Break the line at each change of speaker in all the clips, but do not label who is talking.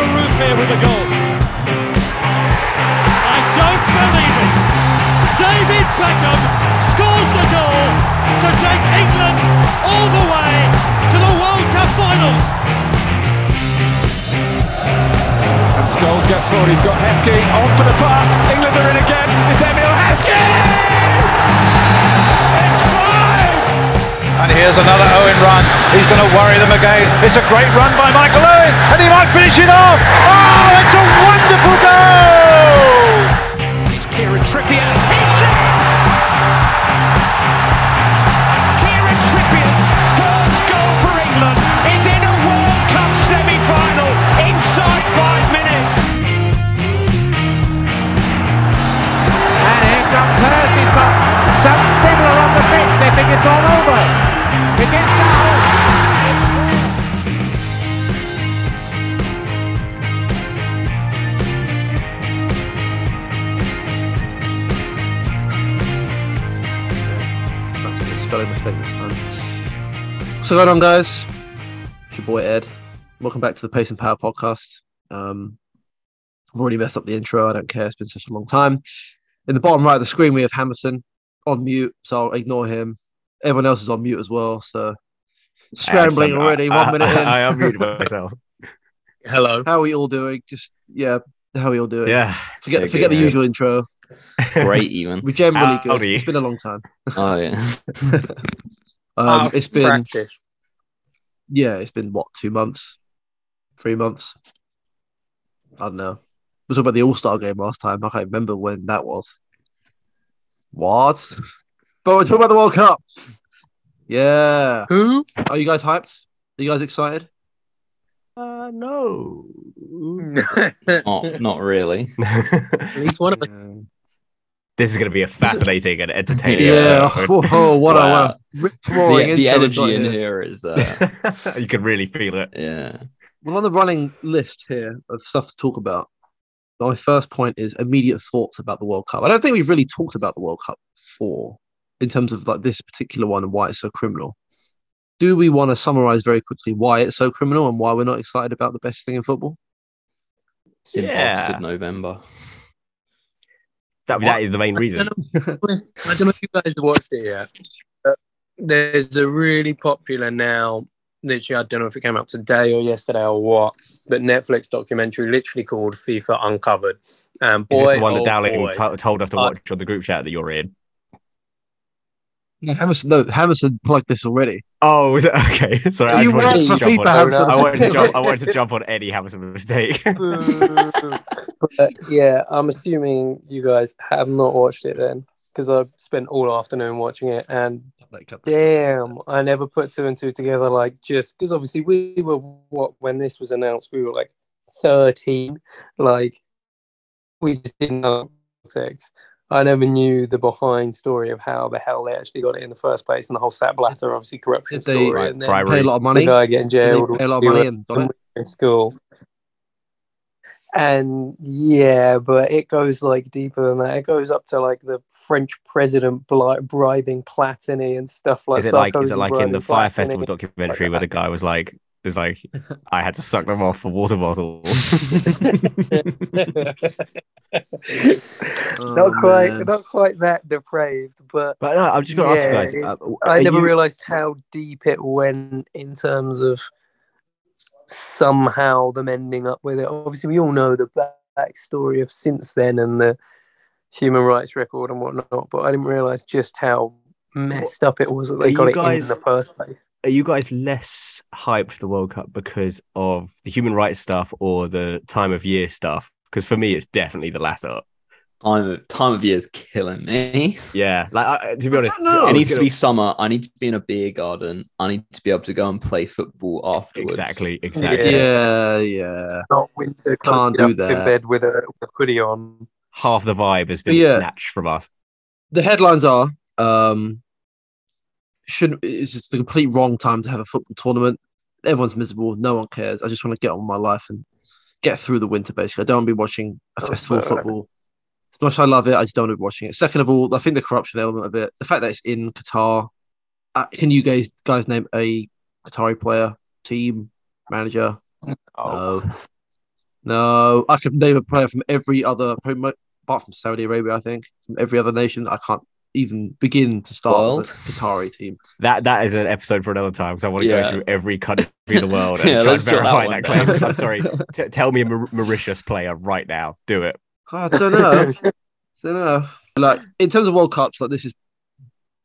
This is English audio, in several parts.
with a goal. I don't believe it. David Beckham scores the goal to take England all the way to the World Cup finals.
And Scholes gets forward. He's got Heskey on for the pass. England are in again. It's Emil Heskey. It's five.
And here's another Owen run. He's going to worry them again. It's a great run by Michael Owen, and he might finish it off. Oh, it's a wonderful goal!
It's Kieran Trippier. It's in! Kieran Trippier's first goal for England is in a World Cup semi-final inside five minutes.
And here comes Hershey, but some people are on the pitch. They think it's all over. It is now.
Spelling mistake this time. What's going on, guys? It's your boy Ed. Welcome back to the Pace and Power podcast. Um, I've already messed up the intro. I don't care. It's been such a long time. In the bottom right of the screen, we have Hammerson on mute, so I'll ignore him. Everyone else is on mute as well, so scrambling
Excellent.
already.
I-
one
I-
minute in.
I, I unmuted myself.
Hello.
how are we all doing? Just yeah, how are we all doing?
Yeah.
Forget
Yeah,
forget
good,
the
yeah.
usual intro.
Great, even.
We're generally
Howdy.
good. It's been a long time.
Oh yeah.
Um, it's been
practice.
yeah, it's been what two months, three months. I don't know. It was about the All Star game last time. I can't remember when that was. What? But we're talking about the World Cup. Yeah.
Who?
Are you guys hyped? Are you guys excited?
Uh, no.
Not, not really.
this
least one of us.
is going to be a fascinating and entertaining.
Yeah.
episode.
Whoa, what
Wow.
a rip roaring
uh, The,
intro we've
the energy
got
in
here.
here is uh,
you can really feel it.
yeah.
Well, on the running list here of stuff to talk about, my first point is immediate thoughts about the World Cup. I don't think we've really talked about the World Cup before in terms of like this particular one and why it's so criminal. Do we want to summarize very quickly why it's so criminal and why we're not excited about the best thing in footbol?
It's in
Yeah.
Oxford November.
That, that is the main
I
reason.
don't know if- I don't know if you guys have watched it yet. But there's a really popular now, literally, I don't know if it came out today or yesterday or what, but Netflix documentary literally called FIFA Uncovered. And
Is
boy,
this the one that
oh
Dowling
boy.
to- told us to
Uh,
watch on the group chat that you're in?
No, Hammerson, no, Hammerson plugged this already.
Oh, was it? Okay. Sorry. I
you
just
work
wanted to
for FIFA,
jump on.
Hammerson.
I wanted, to jump, I wanted to jump on any Hammerson mistake.
But yeah, I'm assuming you guys have not watched it then because I spent all afternoon watching it and Damn, I never put two and two together. Like, just because obviously we were what when this was announced, we were like 13. Like, we just didn't know politics. I never knew the behind story of how the hell they actually got it in the first place and the whole Sat Blatter, obviously, corruption
Did they-
story.
Right,
and then
bribery.
Pay a lot of
the
money.
guy getting
They
jailed.
pay a lot of
we
money
were
and got it.
in school. And yeah, but it goes like deeper than that. It goes up to like the French president bli- bribing Platini and stuff like
is it like is
Sarkozy
it like in the
bribing
Fire
Platini.
Festival documentary where the guy was like, "Is like, I had to suck them off for water bottles."
not
Oh,
quite,
man.
not quite that depraved, but
But no, I'm just going to
yeah,
ask you guys.
it's-
Uh,
I
are
never
you-
realized how deep it went in terms of somehow them ending up with it. Obviously, we all know the back- backstory of since then and the human rights record and whatnot, but I didn't realize just how messed up it was that
Are
they
you
got it
guys-
in the first place.
Are you guys less hyped for the World Cup because of the human rights stuff or the time of year stuff? Because for me, it's definitely the latter.
Time of time of year is killing me.
Yeah, like I, to be
I
honest,
don't know.
it
was
needs to
Oh, gonna-
be summer. I need to be in a beer garden. I need to be able to go and play football afterwards.
exactly, exactly.
Yeah, yeah.
Not winter,
Can't
cozied
do
up
that.
In bed with a, with a hoodie on.
Half the vibe has been
Yeah.
snatched from us.
the headlines are um shouldn't it's just the complete wrong time to have a football tournament everyone's miserable no one cares i just want to get on with my life and get through the winter basically i don't want to be watching a
Oh,
festival of
fair.
football as much as i love it i just don't want to be watching it second of all i think the corruption element of it the fact that it's in qatar uh, can you guys guys name a qatari player team manager
Oh,
no No, I could name a player from every other, apart from Saudi Arabia, I think, from every other nation. I can't even begin to start
World?
with the Qatari team.
That that is an episode for another time because I want to
Yeah.
go through every country in the world and
Yeah,
try and
let's jot that
verify
one
that, claim.
down.
I'm sorry. T- tell me a Maur- Mauritius player right now. Do it.
I don't know. don't know. Like in terms of World Cups, like this is.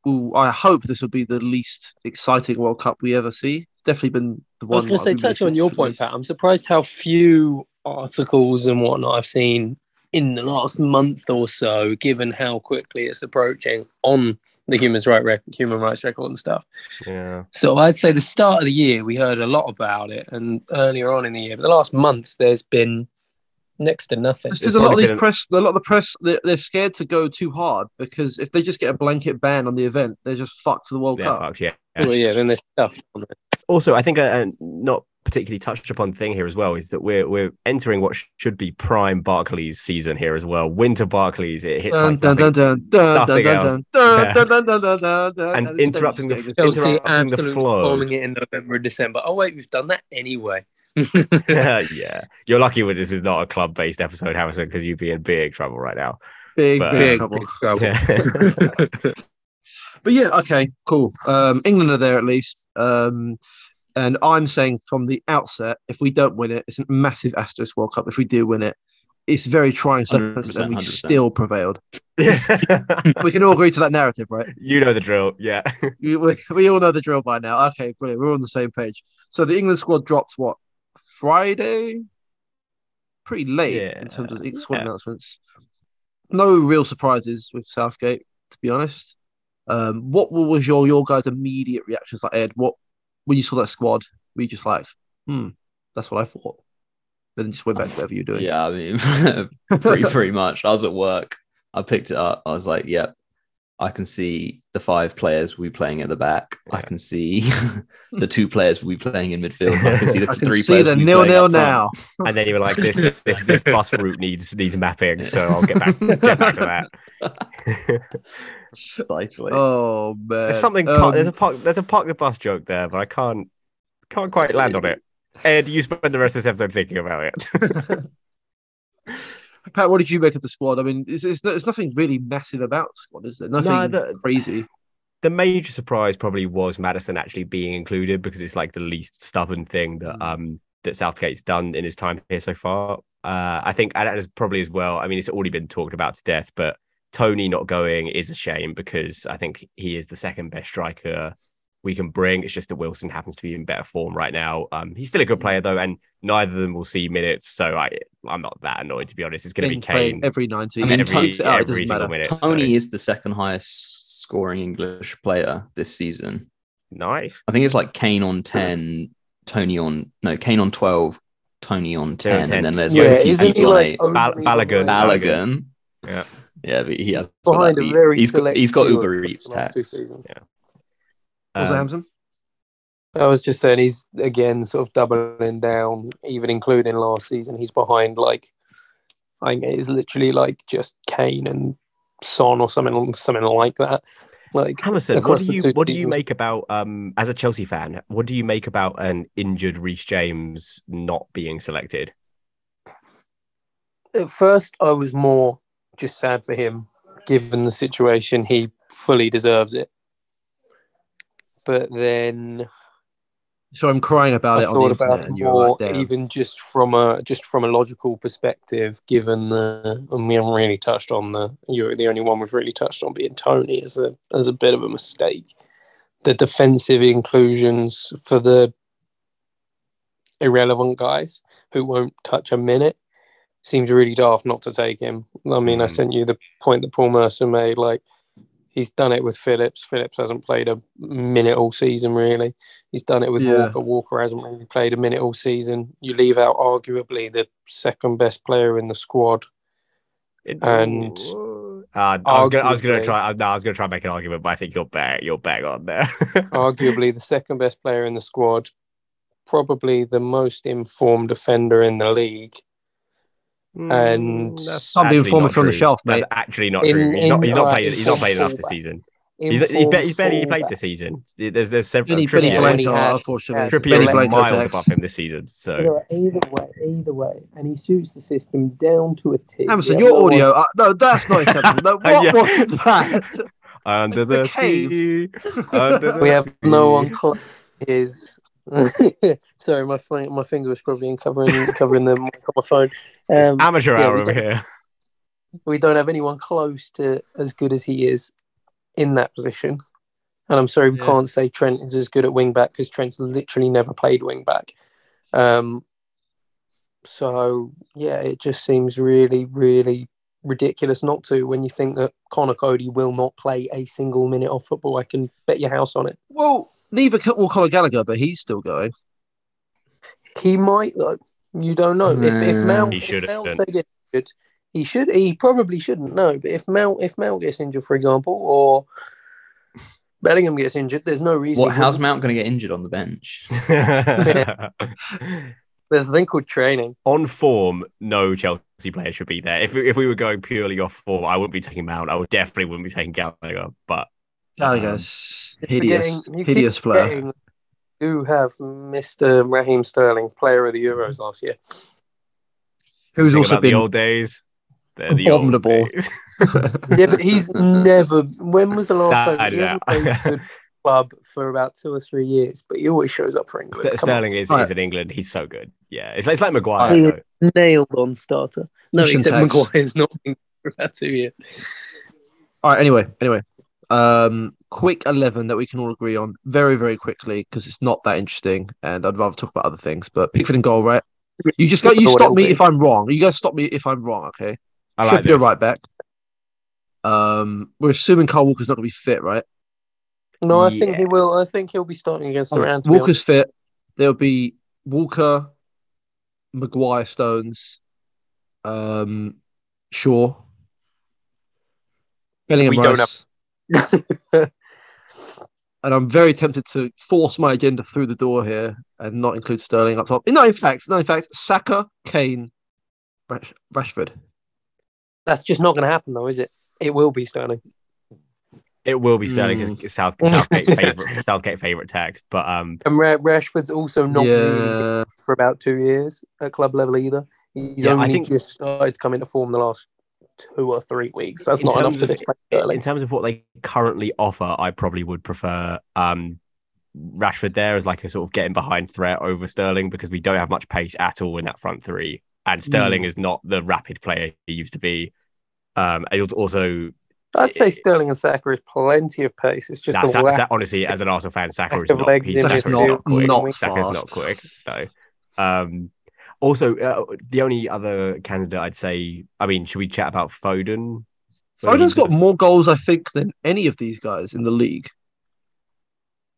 Ooh, I hope this will be the least exciting World Cup we ever see. It's definitely been the
I
one.
was going to
like,
say,
we've
touch
missed
on your
for
point,
the
Pat. I'm surprised how few articles and whatnot I've seen in the last month or so, given how quickly it's approaching on the human rights rec- human rights record and stuff.
Yeah.
So I'd say the start of the year we heard a lot about it, and earlier on in the year, but the last month there's been next to nothing.
It's
It's
just a lot of
probably
these
been-
press, a lot of the press, they're, they're scared to go too hard because if they just get a blanket ban on the event, they're just fucked for the World
Yeah,
Cup.
fuck, yeah.
Well, Oh, yeah, then there's stuff.
Also, I think a, a not particularly touched upon thing here as well is that we're we're entering what sh- should be prime Barclays season here as well. Winter Barclays. It hits
Dun,
like
dun, dun,
nothing.
dun, dun, dun,
Nothing
dun,
else.
dun, dun,
Yeah.
dun, dun, dun, dun, dun, dun,
And
dun, it's
interrupting the-
dangerous, dangerous.
Chelsea
Interrupting the
absolutely
flow.
bombing it in November and December. Oh wait, we've done that anyway.
yeah, you're lucky with this is not a club-based episode, Harrison, because you'd be in big trouble right now.
big,
But,
big
uh,
trouble.
Yeah.
But yeah, okay, cool. Um, England are there at least. Um, and I'm saying from the outset, if we don't win it, it's a massive asterisk World Cup. If we do win it, it's very trying circumstances, and we
100%.
still prevailed. We can all agree to that narrative, right?
you know the drill. Yeah.
We, we, we all know the drill by now. Okay, brilliant. We're on the same page. So the England squad dropped what Friday, pretty late in terms of the squad
yeah.
announcements. No real surprises with Southgate, to be honest. Um, what wa- was your your guys' immediate reactions like, Ed? What when you saw that squad, were you just like, hmm, that's what I thought? Then just went back to whatever you're doing.
Yeah, I mean, pretty pretty much. I was at work. I picked it up. I was like, "Yep, I can see the five players we playing at the back. I
Yeah.
can see the two players we playing in midfield. I can see the
I can
three
see
players
the
we
nil
playing
nil
up front."
now.
And then you were like, this this, this bus route needs needs mapping, so I'll get back get back to that.
Precisely.
Oh man,
there's something
Um,
park, there's a park there's a park the bus joke there, but I can't can't quite land on it. Ed, you spend the rest of this episode thinking about it.
Pat, what did you make of the squad? I mean, it's, it's, there's nothing really massive about the squad, is there? Nothing
the-
crazy.
the major surprise probably was Madison actually being included because it's like the least stubborn thing that
Mm.
um that Southgate's done in his time here so far. Uh, I think and that is probably as well. I mean, it's already been talked about to death, but Tony not going is a shame because I think he is the second best striker we can bring. It's just that Wilson happens to be in better form right now. Um, he's still
Mm.
a good player though, and neither of them will see minutes, so I I'm not that annoyed to be honest. It's going to be
Been playing
Kane
every 90.
I mean,
He takes it out, it
every
doesn't
single
matter.
minute.
Tony
so-
is the second highest scoring English player this season.
nice.
I think it's like Kane on ten, Tony on no, Kane on twelve, Tony on
Tony
ten,
on 10.
and then there's
yeah,
like a few
isn't he
people on
like
eight.
Bal-
only
Balogun.
behind-
Balogun.
Yeah.
Yeah, but he has got
behind
that-
a
he-
very
he's got
select
he's got
few
Uber
across
Eats
the last
tax.
two seasons.
What was that,
Um,
Hamza?
I was just saying he's again sort of doubling down, even including last season. He's behind like I think it is literally like just Kane and Son or something something like that. Like
Hammerson, what
across
do
the
you
two
what do you
seasons.
make about um as a Chelsea fan? What do you make about an injured Reece James not being selected?
at first I was more just sad for him, given the situation. He fully deserves it. But then
So I'm crying about
I
it on the
thought about
internet,
it
and you're
more,
like, damn.
even just from a just from a logical perspective. Given the and we haven't really touched on the you're the only one we've really touched on being Tony as a as a bit of a mistake. The defensive inclusions for the irrelevant guys who won't touch a minute seems really daft not to take him. I mean, I
Mm.
sent you the point that Paul Mercer made, like. He's done it with Phillips. Phillips hasn't played a minute all season, really. He's done it with
Yeah.
Walker. Walker hasn't really played a minute all season. You leave out arguably the second best player in the squad.
It-
And
uh, I was gonna I was gonna
arguably-
try I, no, I was gonna try and make an argument, but I think you're back you're back on there.
Arguably the second best player in the squad. Probably the most informed defender in the league. and
Mm, that's
I'm being
actually
informed
not
from the
true.
shelf, mate.
That's Mm, actually not
In-
true. He's not
in,
he's not
uh,
played he's not played enough this
informed
season. He's, he's,
informed
ba- he's barely played
fullback.
this season. There's there's several
Benny, Benny
Trippier.
Trippier,
Blank-
Blanchard,
had-
unfortunately.
had-
Trippier
Benny
is miles
Blanchard's
above
ex.
him this season. So
Yeah, either way, either way, and he shoots the system down to a T.
Hammerson,
Yeah,
your
no
audio. Uh, no, that's not acceptable. No, what
Yeah.
was that?
under
The
the,
cave.
sea, under the
one- We have no one
sea.
cl- is. Sorry, my fi- my finger was probably in covering covering the mic on my phone. Um,
Amateur
yeah,
hour
we
over
don't-
here.
we don't have anyone close to as good as he is in that position. And I'm sorry, we
Yeah.
can't say Trent is as good at wing back because Trent's literally never played wing back. Um, so yeah, it just seems really, really ridiculous not to when you think that Connor Cody will not play a single minute of football. I can bet your house on it.
Well, neither can- will Conor Gallagher, but he's still going.
He might though. You don't know if if
Mm.
Mount
He
if Mount
shouldn't.
so gets injured, he should he probably shouldn't know. But if Mount if Mount gets injured, for example, or Bellingham gets injured, there's no reason.
What?
he
How's
wouldn't.
Mount going to get injured on the bench?
There's a thing called training.
On form, no Chelsea player should be there. If we, if we were going purely off form, I wouldn't be taking Mount. I would definitely wouldn't be taking Gallagher. But
Gallagher's
You're
hideous,
forgetting- you keep
hideous player.
forgetting we Do have Mr. Raheem Sterling, player of the Euros last year.
Who's
think
also
about the
been
old days. They're the old
Abominable.
days.
Yeah, but he's never. When was the last
Nah,
time he
yeah.
hasn't played for the club for about two or three years? But he always shows up for England.
St-
Come on.
Sterling is,
All
is in England. He's so good. Yeah, it's, it's like Maguire.
Alright.
though.
nailed on starter. No,
Mission
except
tax.
Maguire's not been for about two years.
All right. Anyway, anyway, um, quick eleven that we can all agree on very, very quickly because it's not that interesting, and I'd rather talk about other things. But Pickford and goal, right? You just got you
Pickford
stop me
will be.
if I'm wrong. You guys stop me if I'm wrong. Okay.
I like
Trippier
this.
right back. Um, we're assuming Carl Walker's not going to be fit, right?
No, I think he will. I think he'll be starting against Iran. to be
Walker's fit. There'll be Walker, Maguire, Stones, um, Shaw, Bellingham,
We don't
Rice.
honest.
and I'm very tempted to force my agenda through the door here and not include Sterling up top. No, in fact, no, in fact, Saka, Kane, Rash- Rashford.
That's just not going to happen, though, is it? It will be Sterling.
It will be Sterling
Mm.
because South, Southgate favorite Southgate favorite tax. But um,
And Ra- Rashford's also not really
yeah,
for about two years at club level either. He's
Yeah, I
only
think-
just started to come into form the last two or three weeks. That's
In
not enough
terms
to
of-
displace
uh, in
Sterling.
terms of what they currently offer, I probably would prefer um Rashford there as like a sort of getting behind threat over Sterling because we don't have much pace at all in that front three, and
Mm.
Sterling is not the rapid player he used to be. Um, and also
I'd say Sterling and Saka is plenty of pace. It's just
Nah,
the
Sa-
whack
Sa- honestly, as an Arsenal fan, Saka is
of
not,
legs
he's
in
Saka
his
is not
field.
quick.
Not
Saka is not
fast.
quick. No. Um, also, uh, the only other candidate I'd say, I mean, should we chat about Foden? Well,
Foden's
he's
got
just-
more goals, I think, than any of these guys in the league.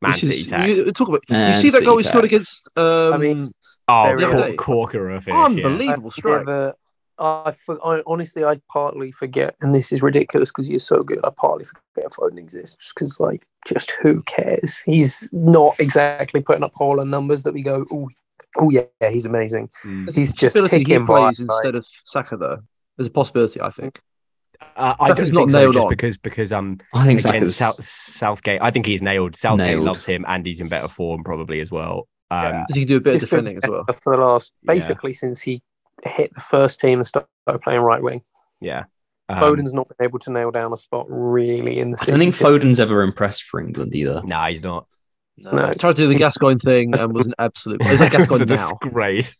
Man
which
City
is,
tax.
you, talk about.
Man
you see that
City
goal he scored
tax.
against. Um,
I mean,
oh,
there
we
cor-
go.
corker of finish, yeah.
unbelievable strike.
Never, I, for, I honestly, I partly forget, and this is ridiculous because he's so good. I partly forget Foden exists because, like, just who cares? He's not exactly putting up Haaland numbers that we go, oh, oh yeah, he's amazing.
Mm.
He's just
possibility he
ticking
plays
plays
instead of Saka, though. There's a possibility, I think.
Uh, I
Saka's
don't
not
think so,
nailed
just
on.
because because um
I think
against
Saka's.
South, Southgate, I think he's nailed. Southgate
Nailed.
loves him, and he's in better form probably as well. Um,
Yeah.
Because he can do a bit of
Just been
defending as well.
for the last
Yeah.
basically since he hit the first team and started playing right wing.
yeah. Um,
Foden's not been able to nail down a spot really in the.
I don't think
City team.
Foden's ever impressed for England either.
Nah, he's not.
No.
Tried to do the Gascoigne thing and was an absolute. Is that
It's a
Gascoigne now?
disgrace.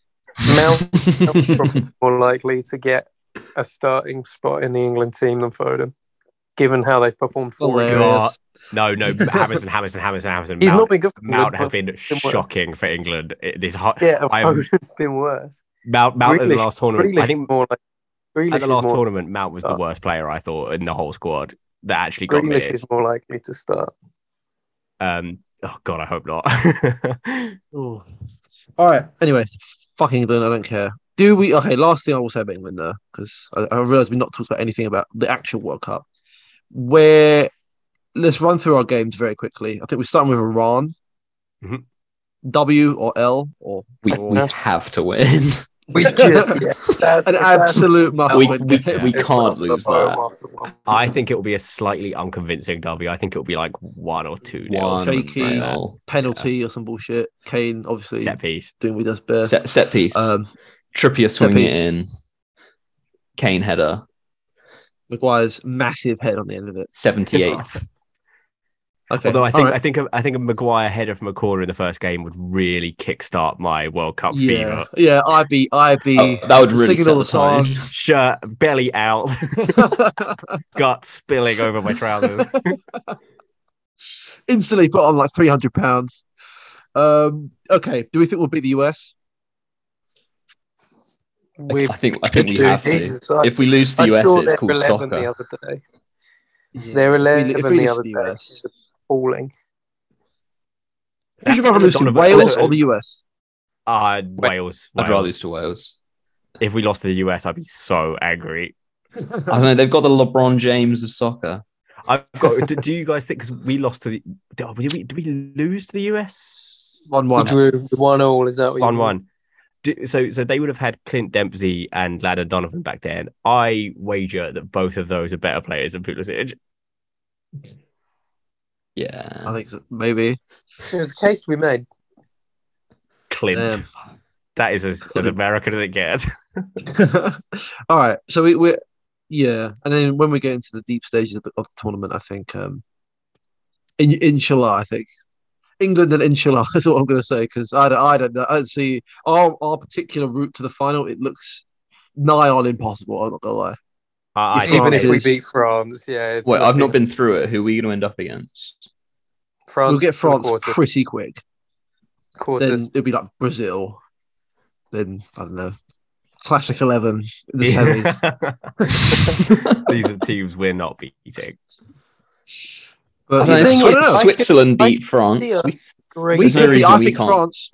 Mount- Mount's probably more likely to get a starting spot in the England team than Foden, given how they've performed for him.
Hilarious.
No, no, Hammerson, Hammerson, Hammerson, Hammerson.
He's
uh, Mount.
not been good for
Mount
England,
has
but
been
been worse.
shocking for England. It- This hot,
Yeah,
I am-
Foden's been worse.
Mount, Mount at the
Grealish-
last tournament.
Grealish
I think
is more like Grealish
at the last
is more,
tournament, Mount was the
Oh.
worst player I thought in the whole squad that actually got
Grealish
minutes.
is more likely to start.
Um, oh God, I hope not.
All right. Anyway, fucking England. I don't care. Do we? Okay. Last thing I will say about England, though, because I, I realize we've not talked about anything about the actual World Cup. Where let's run through our games very quickly. I think we're starting with Iran.
Mhm.
W or L or
We, we have to win.
We just yeah, that's,
An
that's-
absolute must
We,
win.
we, we can't lose that.
I think it will be a slightly unconvincing derby. I think it will be like one or two nil.
One
Shaky.
nil.
Penalty or some bullshit. Kane obviously
set piece.
doing what he does best.
Set, set piece.
Um,
Trippier swinging
piece.
it in. Kane header.
Maguire's massive head on the end of it.
78th.
Okay.
Although I think
alright.
I think a, I think a Maguire header from a corner in the first game would really kickstart my World Cup
yeah,
fever.
yeah, I'd be, I'd be
Oh, that would really
singing
set
all the
the tone.
songs.
Shirt belly out, gut spilling over my trousers.
Instantly put on like three hundred pounds. Um, okay, do we think we'll beat the US?
I
We've-
think I think we
Dude,
have to.
Jesus, I
If we lose to the
I
US,
saw
it's
they were
called
11 The
soccer.
other day. They were
If we-
11
if
the
we lose
other
the
day.
US.
Appalling.
Who's your brother losing?
Donovan-
Wales or the US?
Uh, Wales.
I'd rather
Wales.
lose to Wales.
If we lost to the US, I'd be so angry.
I don't know. They've got the LeBron James of soccer.
I've got. do, do you guys think? Because we lost to the. Did we, did we lose to the US?
One
We
one.
drew one all. Is that what you
on one. Do- So, so they would have had Clint Dempsey and Ladder Donovan back then. I wager that both of those are better players than Pulisic.
I
Yeah.
think so. maybe.
It was a case we made.
Clint,
Um,
that is as, as American as it gets.
All right. So we, we're yeah, and then when we get into the deep stages of the, of the tournament, I think um, in, inshallah, I think England and inshallah is what I'm going to say because I don't, I don't know. I see our our particular route to the final. It looks nigh on impossible. I'm not gonna lie.
I, I
If
think
Even if we
France
beat
is-
France, yeah. It's
Wait, I've not
looking-
been through it. Who are we going to end up against?
France.
we'll get
for the
France
quarter-
pretty quick. Then
quarters.
it'll be like Brazil. Then I don't know. Classic eleven in the semis.
semis. These are teams we're not beating.
But
I don't know,
thing
Swi-
is, I could-
Switzerland
I
beat France.
Yeah,
We-
great.
we
There's no
could be- I
reason we
think
can't.
France.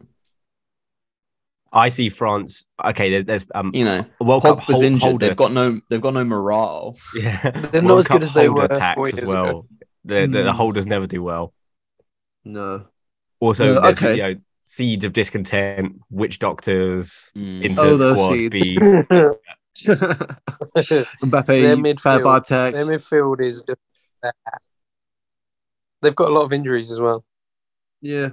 I see France. Okay, there, there's um
you know,
World Cup
Pogba's
hold,
injured.
holder.
They've got no. They've got no morale.
yeah,
They're not
World
as good
Cup
as they
holder
were
tax
four
as
years ago.
well. The, the, the
Hmm.
holders never do well.
No.
Also,
Yeah,
there's,
okay.
you know, seeds of discontent, witch doctors,
Mm.
into
Oh, those
squad
seeds.
B.
Their
Mbappe, bad
midfield-
vibe tags.
Their midfield is. just bad. They've got a lot of injuries as well.
Yeah.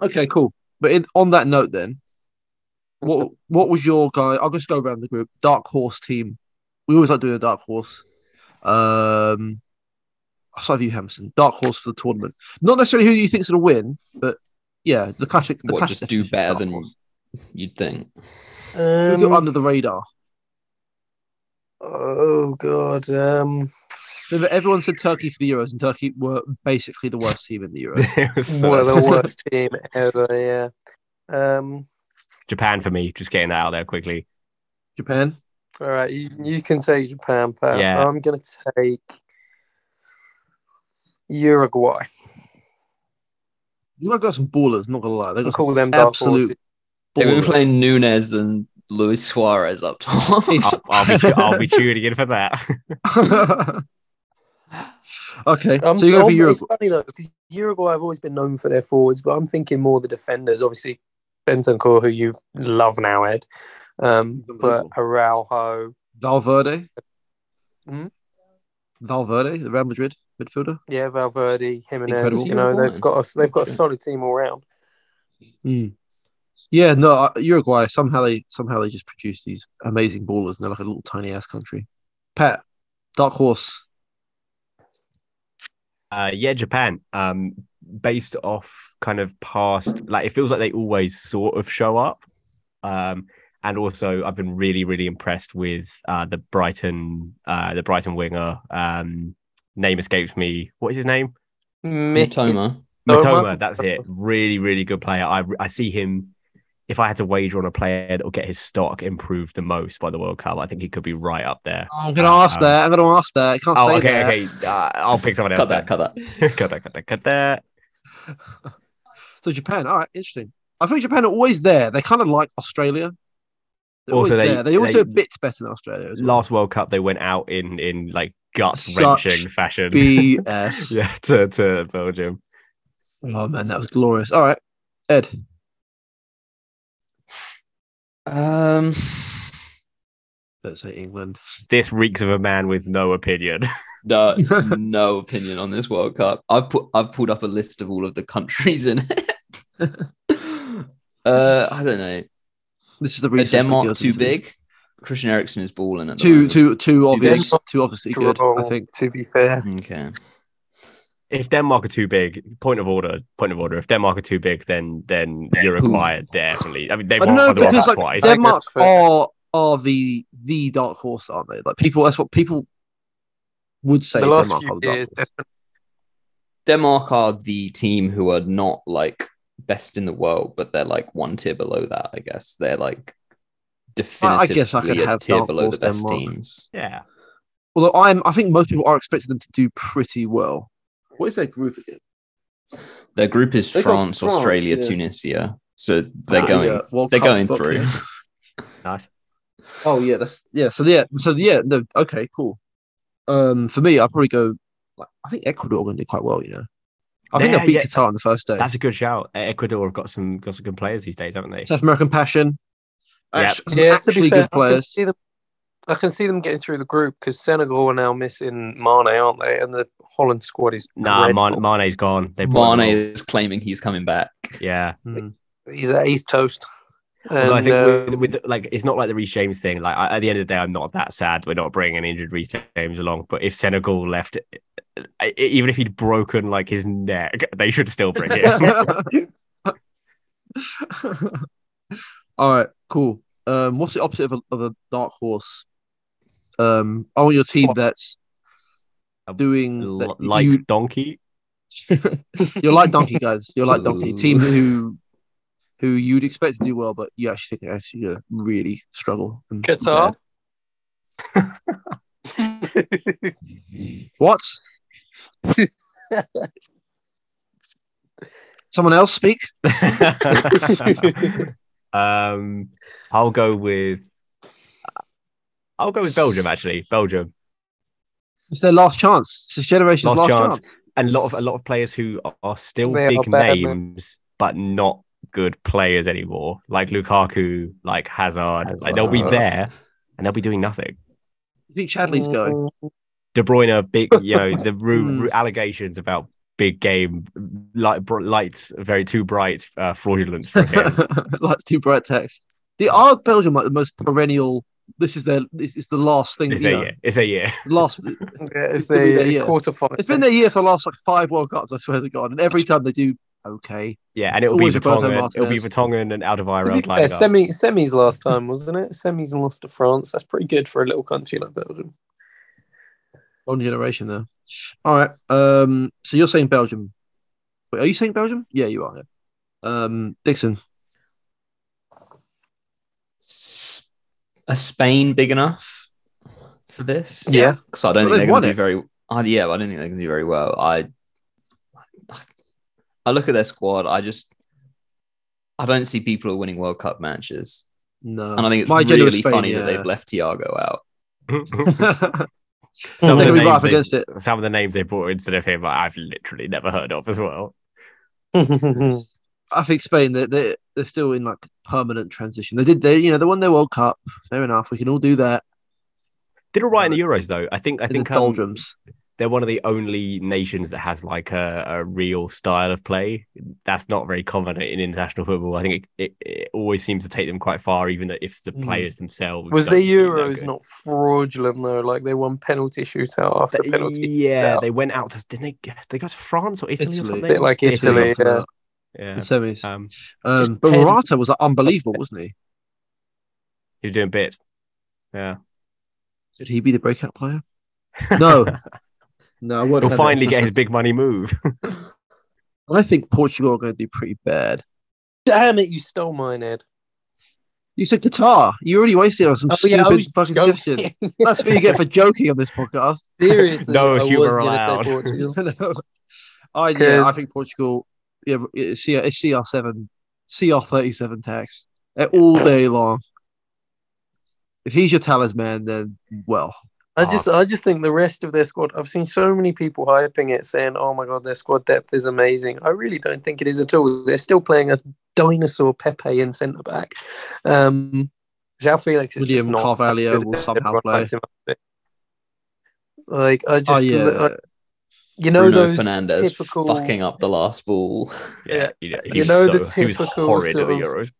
Okay, cool. But in, on that note, then, what what was your guy? I'll just go around the group. Dark horse team. We always like doing a dark horse. Um, I saw you, Hampson. Dark horse for the tournament. Not necessarily who you think's going to win, but yeah, the classic. The
Hmm. What
classic
just
definition
do
of
better
dark
than
horse.
you'd think?
Who got under
Um,
the radar.
oh god. Um,
Remember, Everyone said Turkey for the Euros, and Turkey were basically the worst team in the Euros.
They were so-
well, the worst team ever. Yeah. Um,
Japan for me, just getting that out there quickly.
Japan.
All right, you, you can take Japan, Pat.
Yeah.
I'm going to take Uruguay.
You might got some ballers. Not gonna lie, they
I'll
got some
call them dark
absolute
They've been
ballers.
playing Nunes and Luis Suarez up top.
I'll, I'll be, tu- I'll be tuning in for that.
okay,
horses.
so you're going for
Um,
Uruguay.
I'm- It's funny though because Uruguay have always been known for their forwards, but I'm thinking more the defenders. Obviously, Bentancur, who you love now, Ed, um, but
Unbelievable.
Araujo.
Valverde.
Hmm?
Valverde, the Real Madrid midfielder.
Yeah, Valverde, Jimenez.
Incredible.
You know
Uruguay.
they've got a, they've got a
Yeah.
solid team all round.
Yeah, no, uh, Uruguay. Somehow they somehow they just produce these amazing ballers, and they're like a little tiny ass country. Pat, dark horse.
Uh, yeah, Japan. Um, based off kind of past, like it feels like they always sort of show up. Um, and also, I've been really, really impressed with uh, the Brighton, uh, the Brighton winger. Um, name escapes me. What is his name?
Mick-
Mitoma.
Mitoma.
Matoma, that's it. Really, really good player. I I see him. If I had to wager on a player that will get his stock improved the most by the World Cup, I think he could be right up there.
I'm gonna ask
Um,
that. I'm gonna ask that. I can't
Oh,
say
okay,
that.
okay. Uh, I'll pick someone else.
Cut that. Cut that.
then. cut that. Cut that. Cut that.
So Japan. All right, interesting. I think Japan are always there. They kind of like Australia. They're always
Also, they-
there. They always
they-
do a bit better than Australia as well.
Last World Cup, they went out in in like gut
Such
wrenching fashion.
BS.
yeah, to to Belgium.
Oh man, that was glorious. All right, Ed.
Um,
Don't say England.
This reeks of a man with no opinion.
No, no opinion on this World Cup. I've put I've pulled up a list of all of the countries in it. uh, I don't know.
This is the
Are
research. that
Denmark
goes
too
into this.
big? Christian Eriksen is balling at the
Too
moment.
too too obvious.
big?
Too obviously good. I think.
To be fair,
Okay.
If Denmark are too big, point of order, point of order. If Denmark are too big, then then Uruguay are definitely. I mean, they
I
won
don't know
the World
because
Cup
like
twice.
Denmark
that's fair.
are are the the dark horse, aren't they? Like people, that's what people would say.
the last
Denmark
few
are the dark
years,
horse.
Denmark are the team who are not like best in the world, but they're like one tier below that. I guess they're like
I-
definitively
I guess I could
a
have
tier
Dark
below
Horse
the best
Denmark.
teams.
yeah,
Although I'm, I think most people are expecting them to do pretty well. What is their group again?
Their group is
They got
France,
France,
Australia,
yeah. Ah,
Tunisia. So they're going.
Yeah, World
They're
Cup
going
got
through.
kicked.
nice.
Oh yeah, that's yeah. So yeah, so yeah, no, okay, cool. Um, for me, I'll probably go. Like, I think Ecuador are going to do quite well. You know, I think
Yeah,
they'll beat
yeah.
Qatar on the first day.
That's a good shout. E- Ecuador have got some got some good players these days, haven't they?
South American passion.
Yep.
Act- some
yeah, to
actually
be fair,
good players.
I can see them, I can see them getting through the group because Senegal are now missing Mane, aren't they? And the Holland squad is
Nah, Mane,
dreadful.
Mane's gone. They bought him
Mane is claiming he's coming back.
out. Yeah.
He's at East Toast.
Although I
And,
think
uh,
with, with like it's not like the Reece James thing. Like I, at the end of the day, I'm not that sad. We're not bringing an injured Reece James along. But if Senegal left, I- even if he'd broken like his neck, they should still bring him.
All right, cool. Um, what's the opposite of a, of a dark horse? Um, I want your team that's doing that
L- Likes
you,
donkey.
you're like donkey guys. You're like donkey team who who you'd expect to do well, but you actually think they're actually gonna really struggle. and be
Qatar.
bad. What? Someone else speak.
um, I'll go with. I'll go with Belgium actually. Belgium.
It's their last chance. It's this generation's
Last
last,
chance.
chance.
a lot of a lot of players who are still
They are
big
bad, man.
names but not good players anymore, like Lukaku, like Hazard. Like they'll be
Hazard.
there and they'll be doing nothing.
You think Chadley's
Mm-hmm.
going?
De Bruyne, big, you know, the
Hmm.
ru- ru- allegations about big game light, br- lights, very too bright uh, fraudulence from him.
like too bright text. The are Belgium like the most perennial. This is their. This is the last thing.
it's
you
a
know,
year. It's a year.
Last.
Yeah, it's
It's gonna be their
the
year.
quarterfinal.
It's been their year for the last like five World Cups. I swear to God. And every time they do, okay.
Yeah, and it'll be
always Roberto
Vertonghen. It'll be
Martinez.
Vertonghen and
To be
Aldevira.
fair,
lining up.
semi semis last time, wasn't it? Semis and lost to France. That's pretty good for a little country like Belgium.
One generation there. All right. Um. So you're saying Belgium? Wait, are you saying Belgium? Yeah, you are. Yeah. Um. Dixon.
S- A Spain big enough for this?
Yeah.
because I don't
Well, they've
think they're going
won
to
it.
do very. I yeah, I don't think they're going to do very well. I, I look at their squad. I just, I don't see people who are winning World Cup matches,
No.
and I think it's
My general
really
Spain,
funny
yeah.
that they've left Thiago out.
Some
I think
of the
we were
names
up
they-
against it.
some of the names they brought instead of him, I've literally never heard of as well.
I think Spain they they they're still in like permanent transition. They did they you know they won their World Cup. Fair enough, we can all do that.
Did all right in the Euros though. I think I
in
think
the
um,
doldrums.
they're one of the only nations that has like a, a real style of play. That's not very common in international football. I think it, it, it always seems to take them quite far, even if the
Hmm.
Mm.
players themselves
Was
don't
their
seem that
Euros
good.
not fraudulent though? Like they won penalty shootout after
Th-
penalty.
Yeah,
shootout.
they went out to didn't they? get- They go to France or Italy,
Italy.
or something.
bit like Italy.
after
yeah.
that,
yeah.
in semis.
Um,
Um,
just
but
pen-
Morata was like, unbelievable, wasn't he?
he was doing bits. Yeah,
Should he be the breakout player? No, no. I won't
he'll
have it.
finally get his big money move.
I think Portugal are going to do pretty bad.
Damn it, you stole mine, Ed.
You said Qatar. You already wasted on some
Oh, yeah,
stupid
I was
fucking
joking.
suggestion. That's what you get for joking on this podcast.
Seriously,
No
I
humour
was gonna
allowed.
say Portugal.
I yeah, I
'Cause-
think Portugal. Yeah, it's CR, it's CR seven, CR thirty seven tax eh, all day long. If he's your talisman, then well,
I just, I just think the rest of their squad. I've seen so many people hyping it, saying, "Oh my god, their squad depth is amazing." I really don't think it is at all. They're still playing a dinosaur Pepe in centre back. Um, Jao Felix is just
William
not
Carvalho
good
will
at
somehow
everyone
play.
hypes him up a bit. Like I just,
Oh yeah,
I- you know
Bruno
those
Fernandez
typical
fucking up the last ball.
Yeah, you know, he
You
was
know
so,
the
he was
typical
horrid
sort
at
of-
the Euros.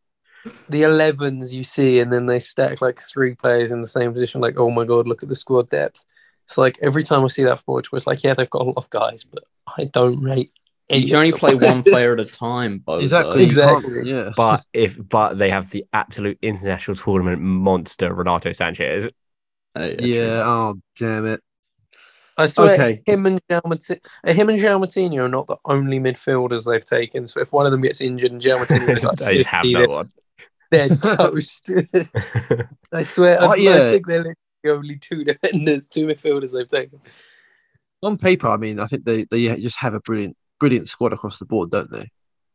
the 11s you see and then they stack like three players in the same position like oh my god look at the squad depth it's like every time i see that for Portugal it's like yeah they've got a lot of guys but i don't rate
You
any
can
of
only
them.
play one player at a time, Bozo.
exactly, you can't-
Exactly.
Yeah,
But if but they have the absolute international tournament monster Renato Sanchez.
Uh, yeah,
yeah. Oh damn it!
i swear
Okay.
him and João Mati- uh, him and João Matinho are not the only midfielders they've taken so if one of them gets injured and João Matinho is like
they just have
50,
no one.
they're toast i swear
Oh,
I,
yeah.
I think they're literally only two defenders two midfielders they've taken
On paper, I mean, I think they, they just have a brilliant brilliant squad across the board, don't they?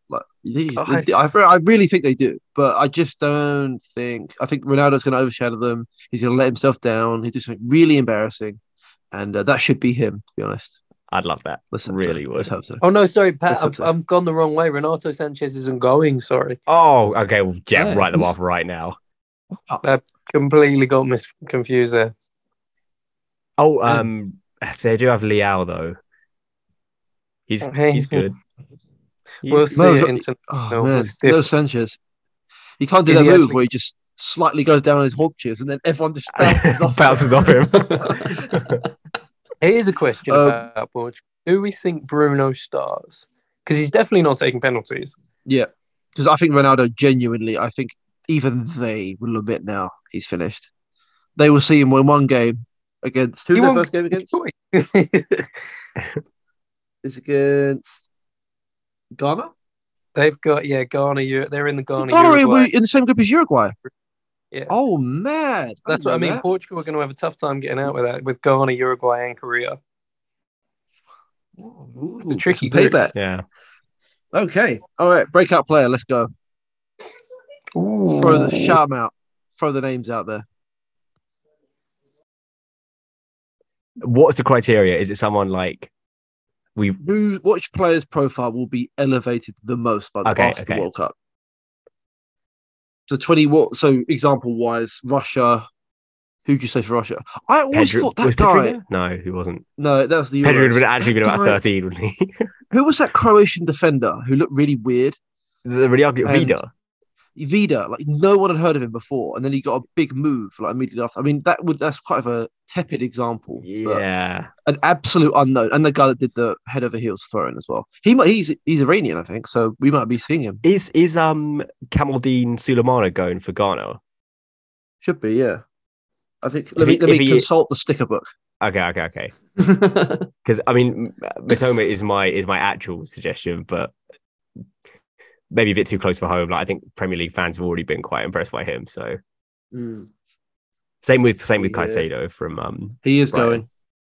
Like, they-
Oh,
they-
it's-
I, re- I really think they do, but I just don't think. I think Ronaldo's going to overshadow them. He's going to let himself down. He's do something really embarrassing, and uh, that should be him. To be honest,
I'd love that.
let's hope so.
Really would.
Let's hope so.
oh no sorry
Let's
pat
hope
I've,
so.
I've gone the wrong way renato sanchez isn't going sorry
Oh, okay. Well, yeah,
Yeah.
write them off right now.
completely got mis- confused there.
Oh, um, they do have Liao though. He's
Oh,
Hey.
he's good. He's
We'll
good.
see
No,
it
so-
into
Oh
No,
man,
it's
no
different.
Sanchez. He can't do
Is
that
he
move
actually-
where he just slightly goes down on his haunches, and then everyone just bounces off.
Bounces off him.
Here's a question
Um,
about Portugal. Do we think Bruno starts? Because he's definitely not taking penalties.
Yeah, because I think Ronaldo genuinely, I think even they will admit now he's finished. They will see him win one game against who's
He
their first
won't-
game against? It's against Ghana.
They've got yeah Ghana. Ur- they're in the Ghana.
Ghana were
Uruguay.
in the same group as Uruguay.
Yeah.
Oh mad!
That's what I
didn't know
mean.
that.
Portugal are going to have a tough time getting out with that with Ghana, Uruguay, and Korea.
Ooh,
tricky
some
group.
payback.
yeah.
Okay, all right. Breakout player. Let's go. Throw the shout 'em out. Throw the names out there.
What's the criteria? Is it someone like we?
Who? Which player's profile will be elevated the most by the,
Okay,
after
okay.
the World Cup? So twenty. What? So example wise, Russia. Who'd you say for Russia? I always
Pedro-
thought
was
that guy.
Pedro there? No, he wasn't.
No, that was the
Pedro would
Euros.
have actually been about
Guy-
thirteen, wouldn't he?
Who was that Croatian defender who looked really weird?
the really argu-
And-
Vida.
Vida, like no one had heard of him before, and then he got a big move like immediately after. I mean, that would that's quite of a tepid example, but
Yeah.
an absolute unknown, and the guy that did the head over heels throwing as well. He might he's he's Iranian, I think, so we might be seeing him.
Is is um Kamaldeen Sulemana going for Ghana?
Should be, yeah. I think. Let me
he-
let me
if he-
consult the sticker book.
Okay, okay, okay.
true.
Because I mean, M- Matoma is my is my actual suggestion, but maybe a bit too close for home. Like I think Premier League fans have already been quite impressed by him. So
Mm.
same with same with
Yeah.
Caicedo from um.
He is
Brighton.
going.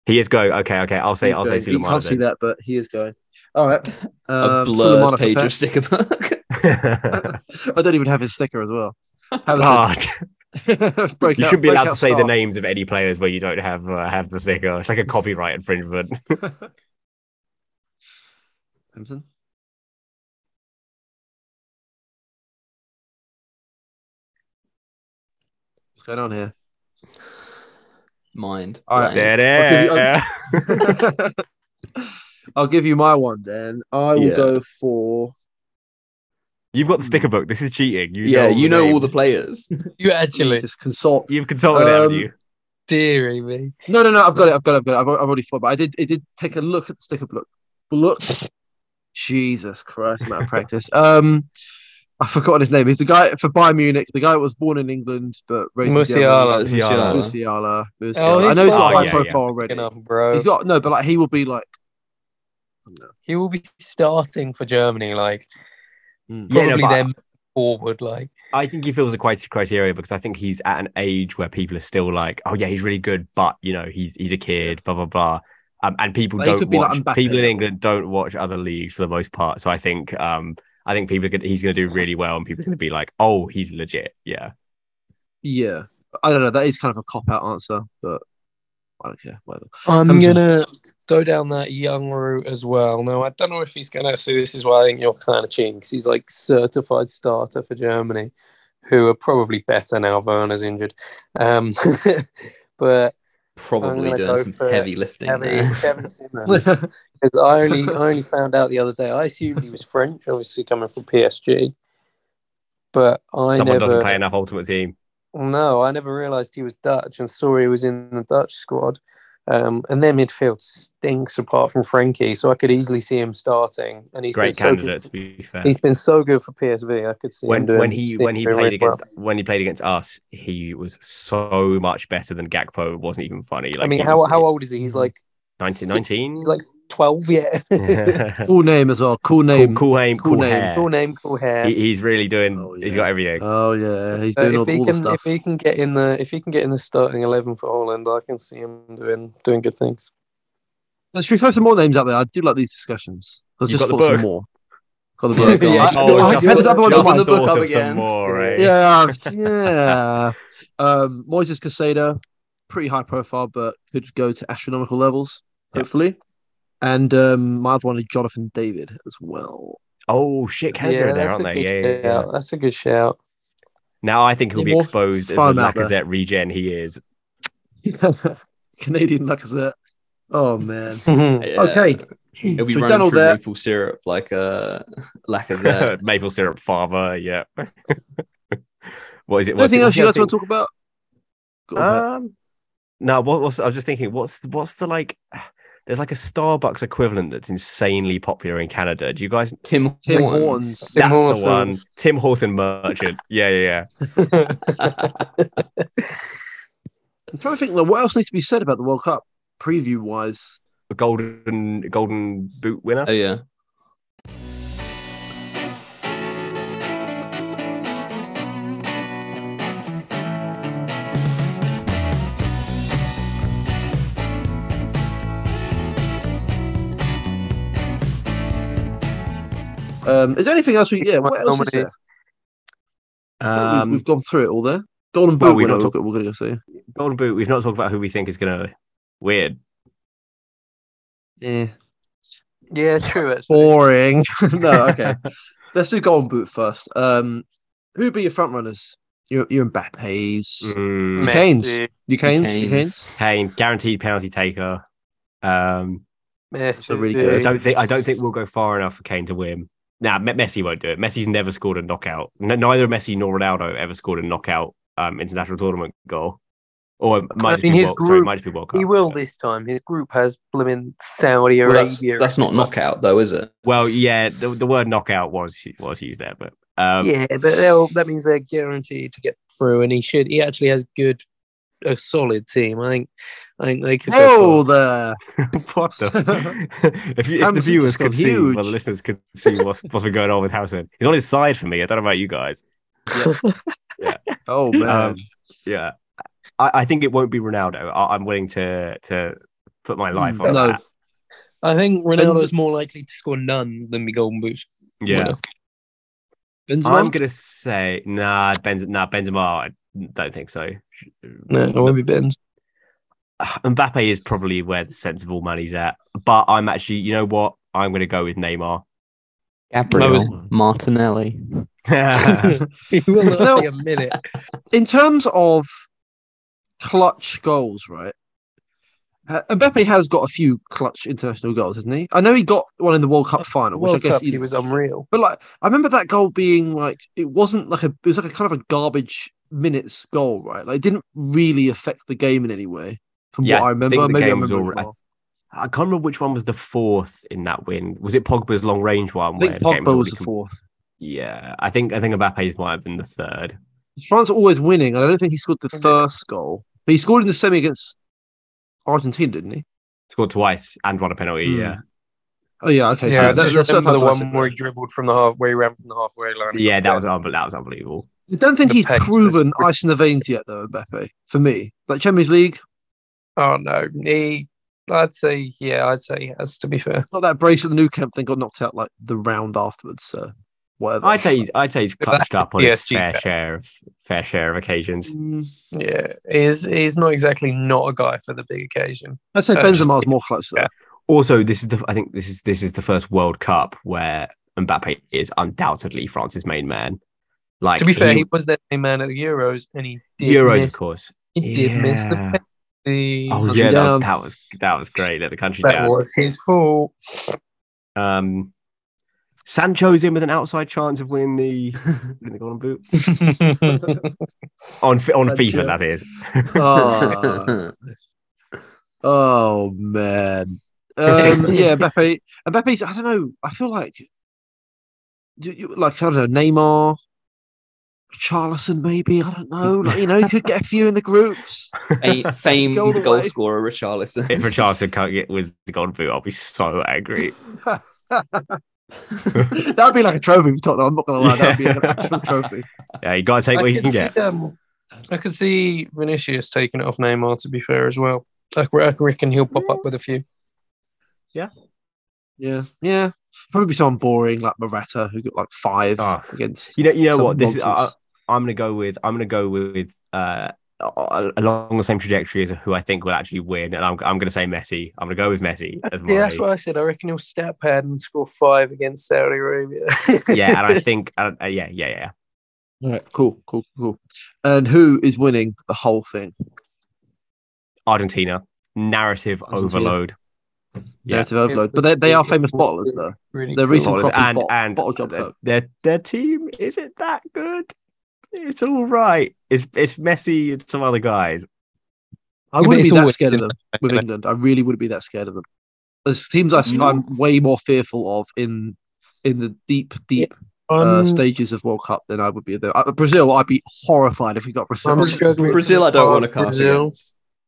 He is going. Okay, okay. I'll say
He's
I'll
going.
say
You can't see
Sulemana.
that, but he is going. All right.
a
Um, Sulemana
blurred
for
page
Pep.
of sticker book.
then.
I don't even have his sticker as well. Have a
God,
stick. Break out-
Ah, you should be
break
allowed
out
to say the
star.
names of any players where you don't have uh, have the sticker. It's like a copyright infringement.
Simpson? What's going on here?
Mind.
All right,
blank.
Dead
I'll give you-
air.
I'll give you my one then. I will
Yeah.
go for.
You've got the sticker book. This is cheating. You
yeah,
know all
you
the
know all the
names.
players.
You
Let me
actually,
just consult.
You've consulted it, haven't
Um,
you?
dearie me.
No, no, no. I've got it. I've got it. I've got it. I've, al- I've already thought, but I did. It did take a look at the sticker book. Look, Jesus Christ, I'm out of practice. Um, I've forgotten his name. He's the guy for Bayern Munich. The guy that was born in England but raised in Germany.
Musiala.
Musiala.
Musiala. Musiala.
Oh,
I know he's got
Oh,
a high
yeah,
profile
yeah.
already.
Enough, bro.
He's got no, but like he will be like
he will be starting for Germany, like
Mm.
Yeah, no,
probably
but-
them forward, like.
I think he feels the quite criteria because I think he's at an age where people are still like, oh yeah, he's really good, but you know, he's he's a kid, blah blah blah. Um, and people
Like, he
don't
could be like
watch
Mbappe.
people in England don't watch other leagues for the most part. So I think um I think people are gonna, he's going to do really well, and people are going to be like, oh, he's legit. Yeah,
yeah. I don't know. That is kind of a cop out answer, but I don't care. Whatever.
I'm
Um,
gonna go down that young route as well. Now I don't know if he's gonna. So this is why I think you're kind of cheating because he's like certified starter for Germany, who are probably better now. Werner's injured, um, but
Probably
gonna go
doing some
for
heavy lifting.
Kevin,
there.
Kevin Simmons. Because I only I only found out the other day. I assumed he was French, obviously coming from PSG, but I
Someone
never
doesn't play enough Ultimate Team.
No, I never realised he was Dutch and saw he was in the Dutch squad. Um, and their midfield stinks apart from Frankie, so I could easily see him starting. And he's been
Great
so
candidate,
good.
to be fair.
He's been so good for PSV. I could see him
when
doing
when he when he
doing
played
really well.
against when he played against us, he was so much better than Gakpo. It wasn't even funny. Like,
I mean,
he
how
was
how old is he? He's like
19, 19?
he's like twelve. Yeah,
Cool name as well. Cool
cool,
name.
cool aim,
Cool
cool,
name.
hair.
cool name, cool hair.
He, he's really doing.
Oh,
He's
yeah.
got everything.
Oh yeah, he's
So
doing all,
Uh, if he
all the
can
stuff.
if he can get in the if he can get in the starting eleven for Holland, I can see him doing doing good things.
Should we throw some more names out there? I do like these discussions. I was
You've
just thought
got the
some
book.
more. Oh, Got the book.
Yeah.
I- I
just-
had this other one
just
on my-
the book
thought
up
of
again.
Some more, eh?
yeah, yeah. Um, Moises Casada, pretty high profile, but could go to astronomical levels,
Yeah.
hopefully. And um, my other one is Jonathan David as well.
Oh shit, Kendra are there,
that's
aren't
a
they?
good
Yeah, yeah, yeah.
shout. That's a good shout.
Now I think he'll
They're
be
more
exposed as a
fun out there.
Lacazette regen. He is.
Canadian Lacazette. Oh man.
Yeah.
Okay.
It'll be
So we've done
running
all
through
that.
maple syrup like uh, a Lacazette.
Maple syrup farmer. Yeah. what is it? what's
Anything
it-
else
what's
you
the
guys want
other thing?
to Uh, talk about? Go on, Matt.
Um, no, what was I was just thinking? What's what's the like? There's like a Starbucks equivalent that's insanely popular in Canada. Do you guys?
Tim,
Tim Hortons.
Hortons.
Tim
that's the one.
Hortons.
Tim Horton Merchant. Yeah, yeah, yeah.
I'm trying to think. Like, what else needs to be said about the World Cup preview wise?
A golden golden boot winner.
Uh,
oh yeah.
Um, is there anything else we? Yeah. What else is
Nominee.
there? I think
Um,
we've, we've gone through it all there. Golden
well,
Boot.
we've
winner,
not
We're
talked-
going to go see.
golden boot. We've not talked about who we think is gonna win.
Yeah.
Yeah, true. Actually.
Boring. no. Okay. Let's do Golden Boot first. Um, who would be your front runners? Your your Mbappe's,
Mm,
Meh. Kane's.
Messi,
your Kane's, your Kane's.
Kane, guaranteed penalty taker. Um,
Messi,
They're really
I
good.
don't think I don't think we'll go far enough for Kane to win. Nah, Me- Messi won't do it. Messi's never scored a knockout. N- neither Messi nor Ronaldo ever scored a knockout um, international tournament goal. Or it might
I
just
mean,
be
his
World, sorry, it
group-
might just be World Cup.
He will this time. His group has blooming Saudi
Well, that's,
Arabia.
that's not knockout though, is it?
Well, yeah, the, the word knockout was was used there, but um,
yeah, but they'll, that means they're guaranteed to get through, and he should. He actually has good, a solid team. I think. I think they could.
Oh,
Go far.
there.
what the? if you,
Hamilton
if the
just
viewers could
got
see,
huge.
well, the listeners could see what's what's been going on with Harrison. He's on his side for me. I don't know about you guys.
Oh man.
Um, yeah, I, I think it won't be Ronaldo. I, I'm willing to to put my life on
no.
that.
I think
Benzema-
Ronaldo's more likely to score none than be Golden Boot.
Yeah,
winner.
Benzema?
I'm gonna say nah. Benz, nah, Benzema. I don't think so.
No, it won't be Benz.
Mbappe is probably where the sensible money's at. But I'm actually, you know what? I'm gonna go with Neymar.
Gabriel
That was-
Martinelli.
He will not
No.
see a minute.
in terms of clutch goals, right? Uh, Mbappe has got a few clutch international goals, hasn't he? I know he got one in the World Cup final,
World
which I guess
Cup,
he-
he was unreal.
But like, I remember that goal being like it wasn't like a it was like a kind of a garbage minutes goal, right? Like it didn't really affect the game in any way. From
Yeah,
what I
I
remember,
think the
maybe I
game was
remember.
all- I I can't remember which one was the fourth in that win. Was it Pogba's long range one?
I think
where the game
Pogba was
already
the
com-
fourth.
Yeah, I think I think Mbappe's might have been the third.
France are always winning, and I don't think he scored the
Yeah.
first goal. But he scored in the semi against Argentina, didn't he?
Scored twice and won a penalty.
Hmm.
Yeah,
Oh yeah, okay.
Yeah,
so that's,
that's
that's
remember the
how I
one
said
where
that.
he dribbled from the half, where he ran from the halfway line.
yeah, that was unbe- that was unbelievable.
I don't think
The
he's
pace was-
proven ice in the veins yet, though, Mbappe. For me, like Champions League,
Oh no, he. I'd say yeah. I'd say he has to be fair.
not that brace at the new camp thing got knocked out like the round afterwards. So whatever.
I'd say he's, I'd say he's
But
clutched up on his
PSG
fair
tax.
share of fair share of occasions.
Mm,
Yeah, he's he's not exactly not a guy for the big occasion.
I'd say
Uh,
Benzema's more close to that.
Also, this is the I think this is this is the first World Cup where Mbappe is undoubtedly France's main man. Like
to be fair, he, was their main man at the Euros, and he did
Euros,
miss,
of course.
He did miss the
Yeah.
penalty.
Oh
Country
yeah, that
down.
was, that was that was great. Let the country
that
down.
was his fault.
Um, Sancho's in with an outside chance of winning the, winning the Golden Boot on fi- on
Sancho.
FIFA. That is.
Oh, Oh man. Um, yeah, Mbappe. Mbappe's. I don't know. I feel like, you, you, like I don't know, Neymar, Charlison, maybe. I don't know. Like you know, you could get a few in the groups.
Fa- famed
Goal
goal,
away.
scorer Richarlison.
If Richardson can't get with the Golden Boot, I'll be so angry.
That'd be like a trophy for Tottenham. I'm not gonna lie. That'd be an
Yeah.
actual trophy.
Yeah, you gotta take what you can get.
see, um, I could see Vinicius taking it off Neymar. To be fair, as well, I, re- I reckon he'll pop up with a few.
Yeah, yeah. Probably someone boring like Morata who got like five
Oh.
against.
You know, you know
some
what? This is, I,
nonsense.
I'm gonna go with. I'm gonna go with. Uh, a- along the same trajectory as who I think will actually win, and I'm, I'm going to say Messi. I'm going to go with Messi as my
Yeah, that's what I said. I reckon he'll stat pad and score five against Saudi Arabia.
yeah, and I think uh, uh, yeah, yeah, yeah.
All right, cool, cool, cool. And who is winning the whole thing?
Argentina narrative
Argentina.
overload. Yeah.
Narrative overload. But they, they are famous bottlers though.
Really
They're
cool.
recent
Bottlers.
property
and
bot-
and
bottle job
their,
folk.
their their team isn't that good. It's all right. It's it's Messi and some other guys.
I
Yeah, but
wouldn't be
it's
that
always
scared of
been
them with England. I really wouldn't be that scared of them. There's teams I, am way more fearful of in in the deep, deep uh,
Um,
stages of World Cup than I would be there. Uh, Brazil, I'd be horrified if we got Brazil.
I'm struggling
Brazil, I don't want to
pass
cast
Brazil.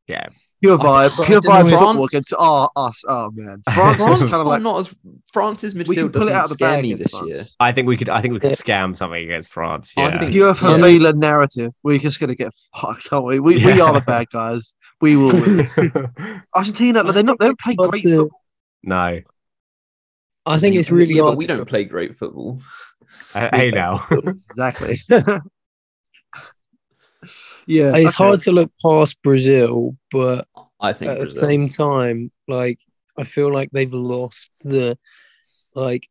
against.
Pure vibe, pure
I don't
vibe
know.
football against our us. Oh man, France
France
is kind of like
not as France's
we can
midfield
pull it
doesn't
out of the
scare
bag
me
against
this
France.
year.
I think we could. I think we could
Yeah.
scam something against France.
I
Yeah.
think-
Pure
Yeah.
favela narrative. We're just gonna get fucked, aren't we? We, we
Yeah.
are the bad guys. We will. Win. Argentina, like, they're not. They don't play
But,
great
uh,
football.
no.
I think it's really
yeah, but
hard.
we
to-
don't play great football.
Uh, hey now.
Exactly. yeah,
It's
okay.
hard to look past Brazil, but
I think
at the
Brazil.
same time, like I feel like they've lost the like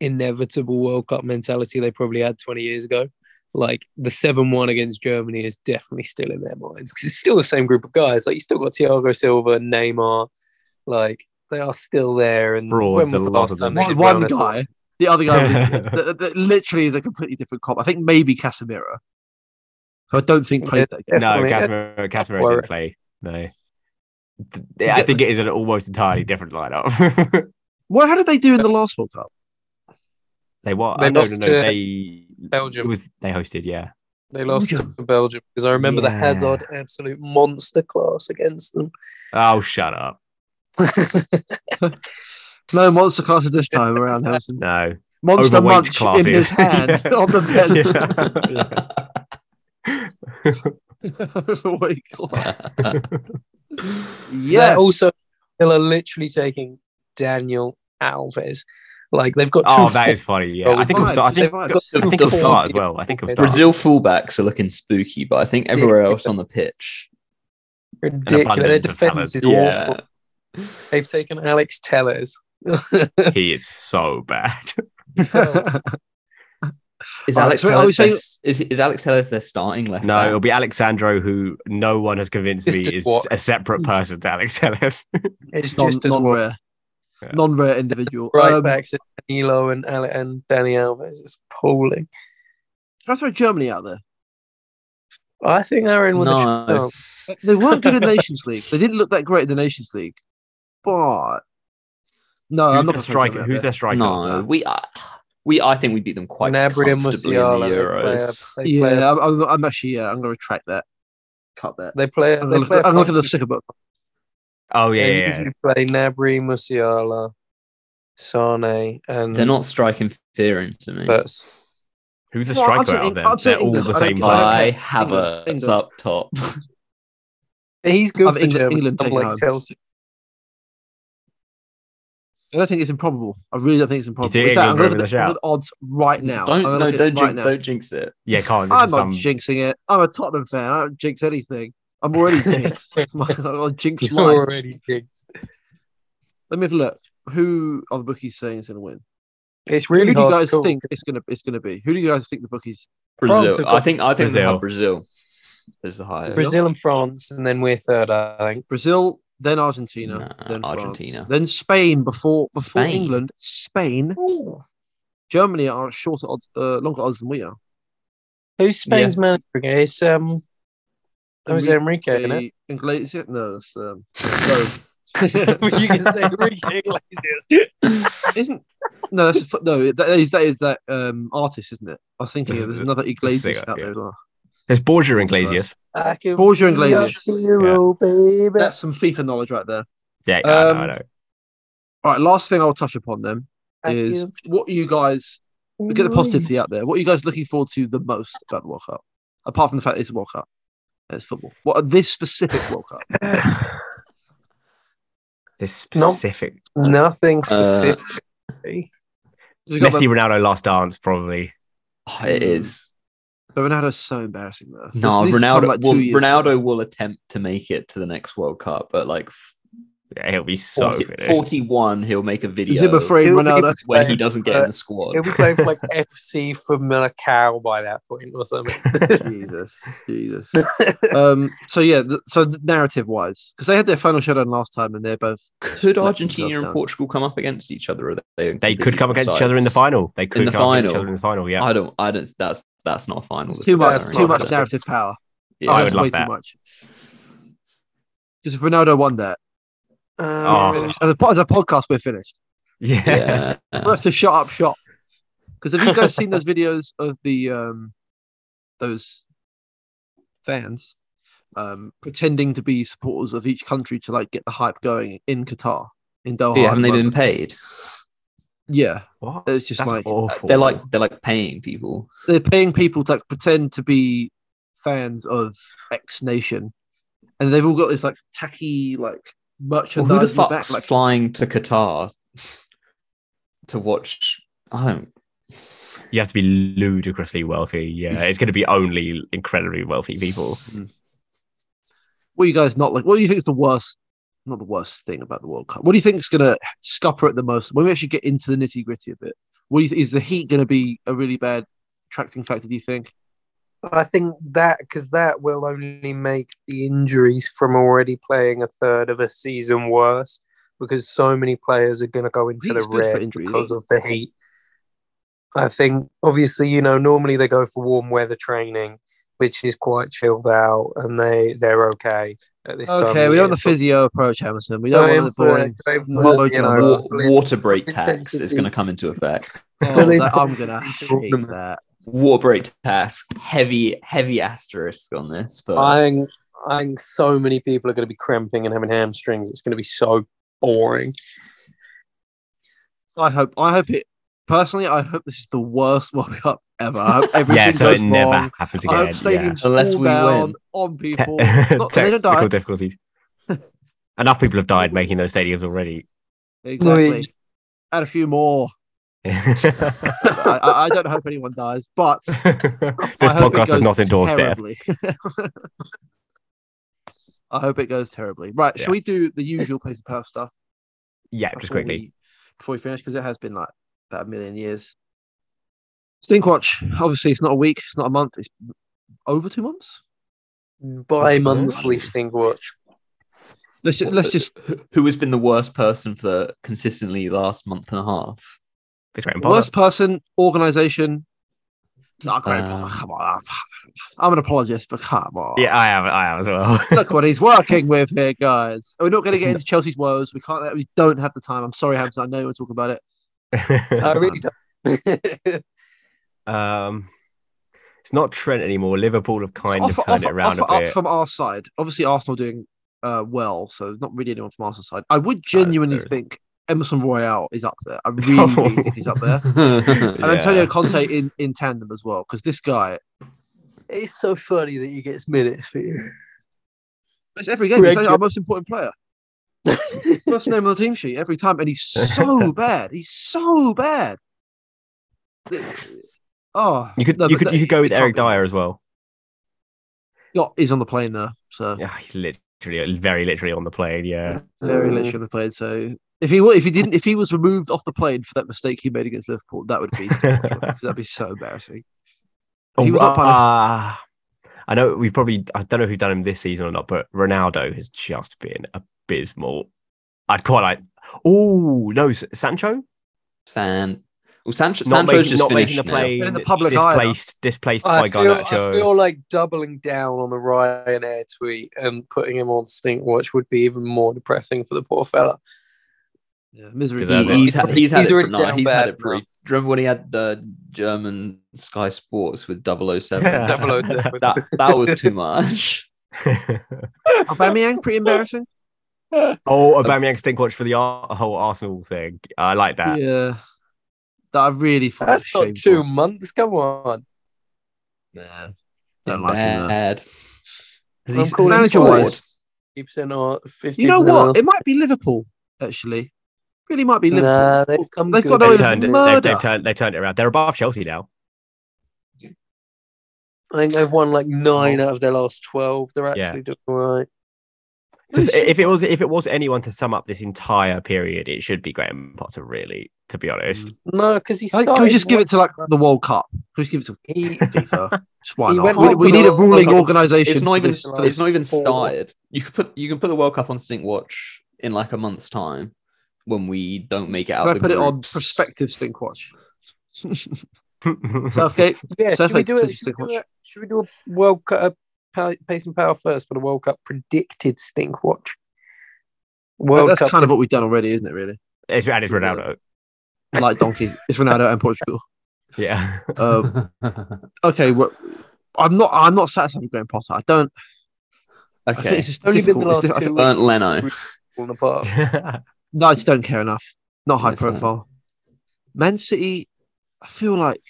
inevitable World Cup mentality they probably had 20 years ago. Like the 7 1 against Germany is definitely still in their minds because it's still the same group of guys. Like you still got Thiago Silva, Neymar, like they are still there. And
Fraud,
when was
the
the
lot
last
of them.
time they
one,
did
one
well?
guy. The other guy was, that, that literally is a completely different cop. I think maybe Casemiro. who I don't think played that game.
no,
Definitely.
Casemiro, Casemiro
Or-
didn't play. No. Th- Yeah, I think it is an almost entirely different lineup.
What? How did they do in the last World Cup?
they what?
They
no,
lost
no, no.
to
They
Belgium.
It was they hosted. Yeah.
They lost to Belgium because I remember the
Yeah.
Hazard absolute monster class against them.
Oh, shut up.
No monster classes this time around, Hamilton.
No.
Monster
Overweight
munch
classes.
in his hand
Yeah.
on the bench. Overweight class.
Yeah.
Yes.
Also, they are literally taking Daniel Alves. Like they've got two.
oh, that is funny. Yeah. I think
Vibes,
it'll start. I think,
vibes.
I think
The
it'll start
fuck?
as well. I think it'll start.
Brazil fullbacks are looking spooky, but I think everywhere else on the pitch,
ridiculous. Their
abundance of
defense
talent.
is
yeah,
awful. They've taken Alex Tellers.
He is so bad.
is
Alright,
Alex
so are we
Telles their-
saying-
is is Alex Telles their starting left?
No,
back?
it'll be Alexandro, who no one has convinced
Just
me
did
is
what?
a separate person to Alex Ellis.
It's
non,
just as well.
non-rare,
Yeah.
non-rare individual.
right
Um,
backs Danilo and Ale- and Danny Alves. It's appalling.
Can I throw Germany out there?
I think they're in with
No.
a chance.
They weren't good in Nations League. They didn't look that great in the Nations League. But no, I'm
Who's
not
their striker? Who's
that?
their striker?
no, we are. We, I think we beat them quite
Gnabry and
comfortably in the
Musiala.
Mm-hmm.
Euros.
They play a, they play
Yeah,
a-
I'm, I'm, I'm actually yeah, I'm going to retract that. Cut that.
they play.
I'm
they
going
play a
to look at the
funky
sticker book.
Oh yeah,
They
yeah, yeah.
usually play Nabri, Musiala, Sane, and
They're not striking fear into me.
But
Who's the
Well, I'm
striker out
saying-
of them?
I'm saying
They're all
England.
the
I
same
don't- I don't
player.
I
care.
have a
England,
it's up top.
he's good
I've
for
England-
Germany,
England taken
unlike
home.
Chelsea.
I don't think it's improbable. I really don't think it's improbable.
think
In fact, I'm
England
going to
win
look at the I'm
the shout?
gonna look at odds right now.
Don't
I'm gonna
no,
look at it
don't
right
jinx,
now.
don't jinx it.
Yeah, can't. This
I'm
is
not
some...
um,
jinxing it. I'm a Tottenham fan. I don't jinx anything. I'm already jinxed. I'll jinx
You're
life.
already jinxed.
Let me have a look. Who are the bookies saying is going to win?
It's
Who do
really
you
hard to
guys
call.
think it's gonna it's gonna be? Who do you guys think the bookies?
France
Brazil.
have
I
got-
think I think
Brazil.
Brazil. Brazil is the highest.
Brazil and France, and then we're third, I think.
Brazil, then Argentina,
Nah,
then France,
Argentina.
then Spain before before
Spain.
England, Spain, Germany are shorter odds, uh, longer odds than we are.
Who's Spain's manager again? It's um, Jose Enrique, isn't it?
The Iglesias, no, it's, um, sorry.
you can say Enrique Iglesias.
isn't no that's a, foot- no that is that is that um artist, isn't it? I was thinking there's another Iglesias
singer,
out
yeah.
there as well.
There's Borgia and Glaziers.
I can
Borgia and
be your
Iglesias.
hero, baby.
That's some FIFA knowledge right there.
Yeah, yeah, I know, I
Um,
know.
All right, last thing I'll touch upon then
I
is
can
what you guys look at the
be-
positivity out there. What are you guys looking forward to the most about the World Cup, apart from the fact it's a World Cup? and It's football. What are this specific World Cup?
This
Nope.
specific
Nothing
Uh,
specific.
We've got
Messi, Ronaldo, last dance, probably.
oh, it is.
the- but Ronaldo's so embarrassing though. This
No,
needs to come,
Ronaldo.
like, two
will,
years ago.
Ronaldo will attempt to make it to the next World Cup, but like
Yeah, he'll be so
40,
finished.
41, he'll make a video
Zimmer free
Who-
Ronaldo.
when he doesn't
Uh,
get in the squad.
He'll be playing for like FC for Milacao by that point or something.
Jesus, Jesus. um, so yeah, th- so narrative wise, because they had their final showdown last time, and they're both
Could
Let
Argentina
themselves
and
down.
Portugal come up against each other? Or are they
They
completely
could come against each other in the
sides?
final. They could
the
come against each
final.
other in the final. Yeah,
I don't. I don't. That's that's not final.
it's
That's
too
a
much,
different
too much
concept.
narrative power.
Yeah.
oh,
I
that's
would love
way
that.
too much. Because if Ronaldo won that,
Um,
Oh.
as a, po- as a podcast, we're finished.
yeah.
yeah.
We'll have to shut up shop. Because have you guys seen those videos of the um, those fans um, pretending to be supporters of each country to like get the hype going in Qatar in Doha?
Yeah,
at
haven't
the
they been
moment?
paid?
Yeah,
What?
it's just
That's
like
awful.
They're like they're like paying people.
they're paying people to like, pretend to be fans of X Nation, and they've all got this like tacky like
Well,
merchandise.
who the
in the back,
fuck's
like,
flying to Qatar to watch? I don't.
you have to be ludicrously wealthy. Yeah, it's going to be only incredibly wealthy people.
what you guys not like? What do you think is the worst? Not the worst thing about the World Cup. What do you think is going to scupper it the most? When we actually get into the nitty gritty of it, what do you think, is the heat going to be a really bad attracting factor? Do you think? Oh.
I think that because that will only make the injuries from already playing a third of a season worse because so many players are going to go into
Heat's
the
good for
red
injuries.
because of the heat. I think obviously you know normally they go for warm weather training, which is quite chilled out, and they they're okay at this time.
Okay,
of
we
year.
don't want the physio approach, Hamilton. We
But
don't
going
want the
for-
boring.
going for,
mumbo
you
jumbo.
know,
Wa-
full in-
water break
full
tax is
intensity.
going to come into effect.
Oh,
full
that- I'm gonna
intensity
hate
tournament.
that.
Water break tax, heavy heavy asterisk on this, but
I think, I think so many people are going to be cramping and having hamstrings. It's going to be so boring.
I hope. I hope it. Personally, I hope this is the worst World Cup ever. I hope everything
yeah, so
goes
it never
wrong.
happens
I
again.
hope stadiums
Unless
fall
we
down
win.
on
yeah.
people.
Te-
Not- they don't die.
technical difficulties. Enough people have died making those stadiums already.
Exactly. Add a few more. I, I, I don't hope anyone dies, but
this
I hope it
podcast does
goes
not endorse death.
terribly. I hope it goes terribly. Right,
Yeah.
shall we do the usual pace of power stuff?
Yeah, just
before
quickly.
we, before we finish because it has been like about a million years. Stinkwatch. Obviously, it's not a week. It's not a month. It's over two months.
Bi-monthly sting watch.
Let's just, let's just
Who- who has been the worst person for the consistently last month and a half?
It's great.
worst person organization. Not great.
Um,
come on. I'm, I'm an apologist, but come on.
Yeah, I am. I am as well.
Look what he's working with here, guys. We're not going to get into Chelsea's woes. We can't. We don't have the time. I'm sorry, Hamza. I know you want to talk about it. Uh,
I really don't.
um, it's not Trent anymore. Liverpool have kind of
Offer-
turned it
offer-
around
offer
a
up
bit.
from our side. Obviously, Arsenal doing uh, well, so not really anyone from Arsenal's side. I would genuinely
there is.
think Emerson Royale is up there. I really, really think he's up there. And Antonio Conte in, in tandem as well, because this guy,
it's so funny that you get minutes for you.
it's every game. He's
Greg-
our most important player. First name on the team sheet every time, and he's so bad. He's so bad. Oh,
You could,
no,
you
but
could,
no,
you could go
it
with
can't
Eric
be.
Dyer as well.
Yeah, he's on the plane now, so
Yeah, he's literally, very literally on the plane. Yeah,
very literally on the plane. So If he wa- if he didn't if he was removed off the plane for that mistake he made against Liverpool, that would be that'd be so embarrassing. He was up on a-
Ah. Oh, I know we've probably I don't know if we've done him this season or not, but Ronaldo has just been abysmal. I'd quite like. Oh no, S- Sancho
San. Well, Sancho,
not,
Sancho's
making-
just
not making
finished
the play.
Been in the public eye,
displaced, displaced
I
by
feel, I
Garnacho.
feel like doubling down on the Ryanair tweet and putting him on Stink Watch would be even more depressing for the poor fella.
yeah, misery.
now.
Deserve
He- he's, had, he's had
He's
it
already
for nine.
down
He's
bad
had it for.
enough.
Remember when he had the German Sky Sports with 007?
Yeah.
that,
Double O tip with that.
that was too much.
Aubameyang, pretty embarrassing.
oh, Aubameyang stink watch for the Ar- whole Arsenal thing. I like that.
Yeah, that I really find
That's not
shameful.
two months. Come on.
Nah, don't like him. though.
Bad.
Has
I'm
he-
calling
manager-wise,
Fifty percent or "Oh, fifty.
You know what? It might be Liverpool. Actually, really might be Liverpool.
Nah, they've come.
They've
good.
got
They
It's
turned, it,
murder.
they've, they've turned, they turned it around. They're above Chelsea now.
I think they've won like nine out of their last twelve. They're
Yeah.
actually doing all right.
Just, if it was if it was anyone to sum up this entire period, it should be Graham Potter. Really, to be honest,
Mm.
No, because he
I think-
started.
can we just give it to like the World Cup? Can we just give it to
He,
FIFA? Just why
He
not?
went
We,
up
we
the
need a
World
ruling
Cup.
organisation.
It's not
for
even.
this-
It's not even
four.
started. You can put. You can put the World Cup on Stink Watch in like a month's time when we don't make it out.
Can I
the
put it on
groups.
prospective stink watch? Southgate,
yeah,
So
should we,
that's
do
like such
it,
a
should,
stink
we do
watch.
it- should we do a World Cup uh, pace and power first for the World Cup predicted stink watch? World
that's
Cup
kind of what we've done already, isn't it? Really,
it's, and it's Ronaldo.
like donkey. It's Ronaldo and Portugal.
Yeah,
Um, okay, well, I'm not. I'm not satisfied with Graham Potter. I don't. I think
okay.
it's just
Only been
difficult.
the
It's
last
diff- I
two
think-
Burnt Leno.
falling apart.
no, I just don't care enough. Not high
Yeah, fair.
profile. Man City. I feel like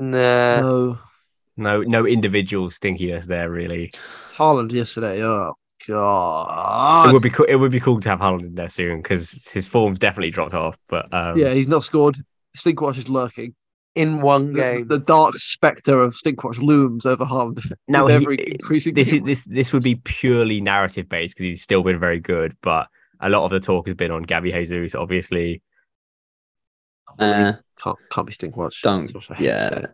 Nah,
no.
no, no individual stinkiness there. Really,
Haaland yesterday. Oh
it
god.
would be cool. It would be cool to have Holland in there soon because his form's definitely dropped off. But um,
yeah, he's not scored. Stinkwatch is lurking.
in one
The,
game.
the dark spectre of Stinkwatch looms over Haaland.
Now
with
he-
every increasing.
this is
game.
this this would be purely narrative based because he's still been very good, but a lot of the talk has been on Gabby Jesus, obviously.
Uh,
can't can't be Stinkwatch.
don't.
That's what I hate to say.
Yeah.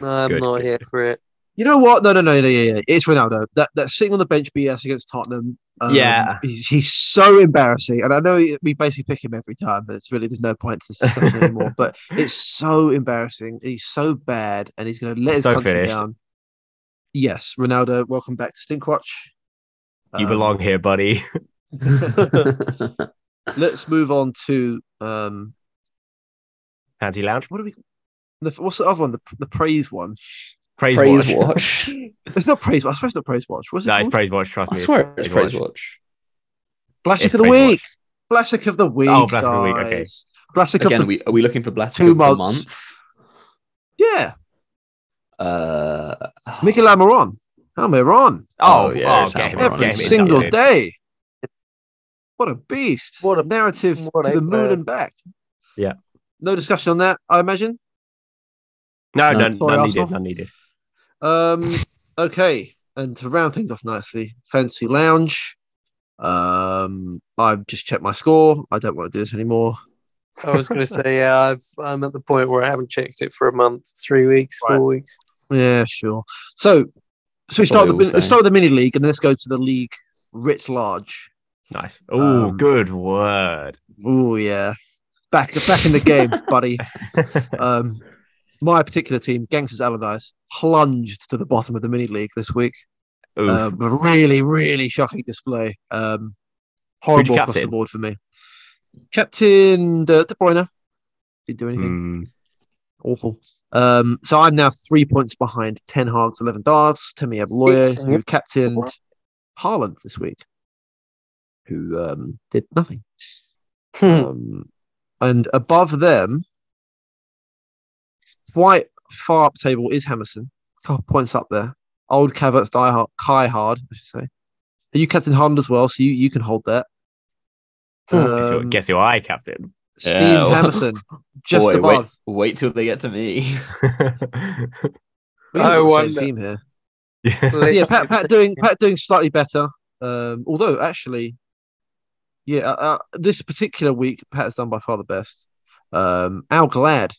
no, I'm
good,
not
good,
here for it.
You know what? No, no, no, no, yeah, yeah. It's Ronaldo. That that sitting on the bench BS against Tottenham. um,
Yeah.
he's, he's so embarrassing, and I know we basically pick him every time, but it's really there's no point to this discussion anymore. But it's so embarrassing. He's so bad, and he's going to let his
So
country
finished.
down. Yes, Ronaldo, welcome back to Stinkwatch.
You
Um,
belong here, buddy.
Let's move on to um,
Fancy lounge.
what do we? The, what's the other one? The, the praise one.
Praise,
Praise
watch.
watch.
It's not praise. I suppose it's not praise watch. What's it
No, it's
called?
praise watch. Trust
I
me.
swear it's Praise Watch.
Blastic
It's
of the
Praise
week. Blastic of the week.
Oh, Blastic of the week, okay.
guys. Blastic of
Again,
the
are we are we looking for Blast
Two
of the
months.
month?
yeah.
Uh,
Mikel Amaron. Amaron.
Oh,
Oh, yeah,
oh,
it's
get him,
Almiron.
get
Every
him in,
single
dude.
day. What a beast.
What a-
narrative
what
to
a
the moon
player.
and back.
Yeah.
No discussion on that, I imagine.
No,
No,
none,
sorry,
none
Arsenal.
needed. None needed.
Um, okay, and to round things off nicely, fancy lounge. Um, I've just checked my score. I don't want to do this anymore.
I was going to say, yeah, I've, I'm at the point where I haven't checked it for a month, three weeks, four
Right.
weeks.
Yeah, sure. So, so we start
Probably
with the,
all
let's start with the mini league, and let's go to the league writ large.
Nice. Oh,
Um,
good word.
Oh yeah, back back in the game, buddy. Um, my particular team, Gangsters Allardyce, plunged to the bottom of the mini league this week.
Oof.
Um, a really, really shocking display. Um, horrible across the
captain?
board for me. Captain uh, De, De Bruyne didn't do anything.
Hmm.
Awful. Um, so I'm now three points behind Ten Hag's eleven darts. Temi Abloyer,
Excellent.
who captained Haaland this week, who um, did nothing.
Hmm.
Um, and above them, quite far up table is Hammerson.
Oh.
Couple points up there. Old Cavert's die hard, Kai Hard, I should say. And you captain Hond as well, so you, you can hold that.
Hmm.
Oh,
guess, who,
Um,
guess who I captain?
Steve
Yeah, well-
Hammerson, just
boy,
above.
Wait, wait till they get to me.
We have
I
the same
wonder-
team here.
yeah.
yeah, Pat, Pat doing Pat doing slightly better. Um, although actually, Yeah, uh, uh, this particular week, Pat has done by far the best. Um, Al Glad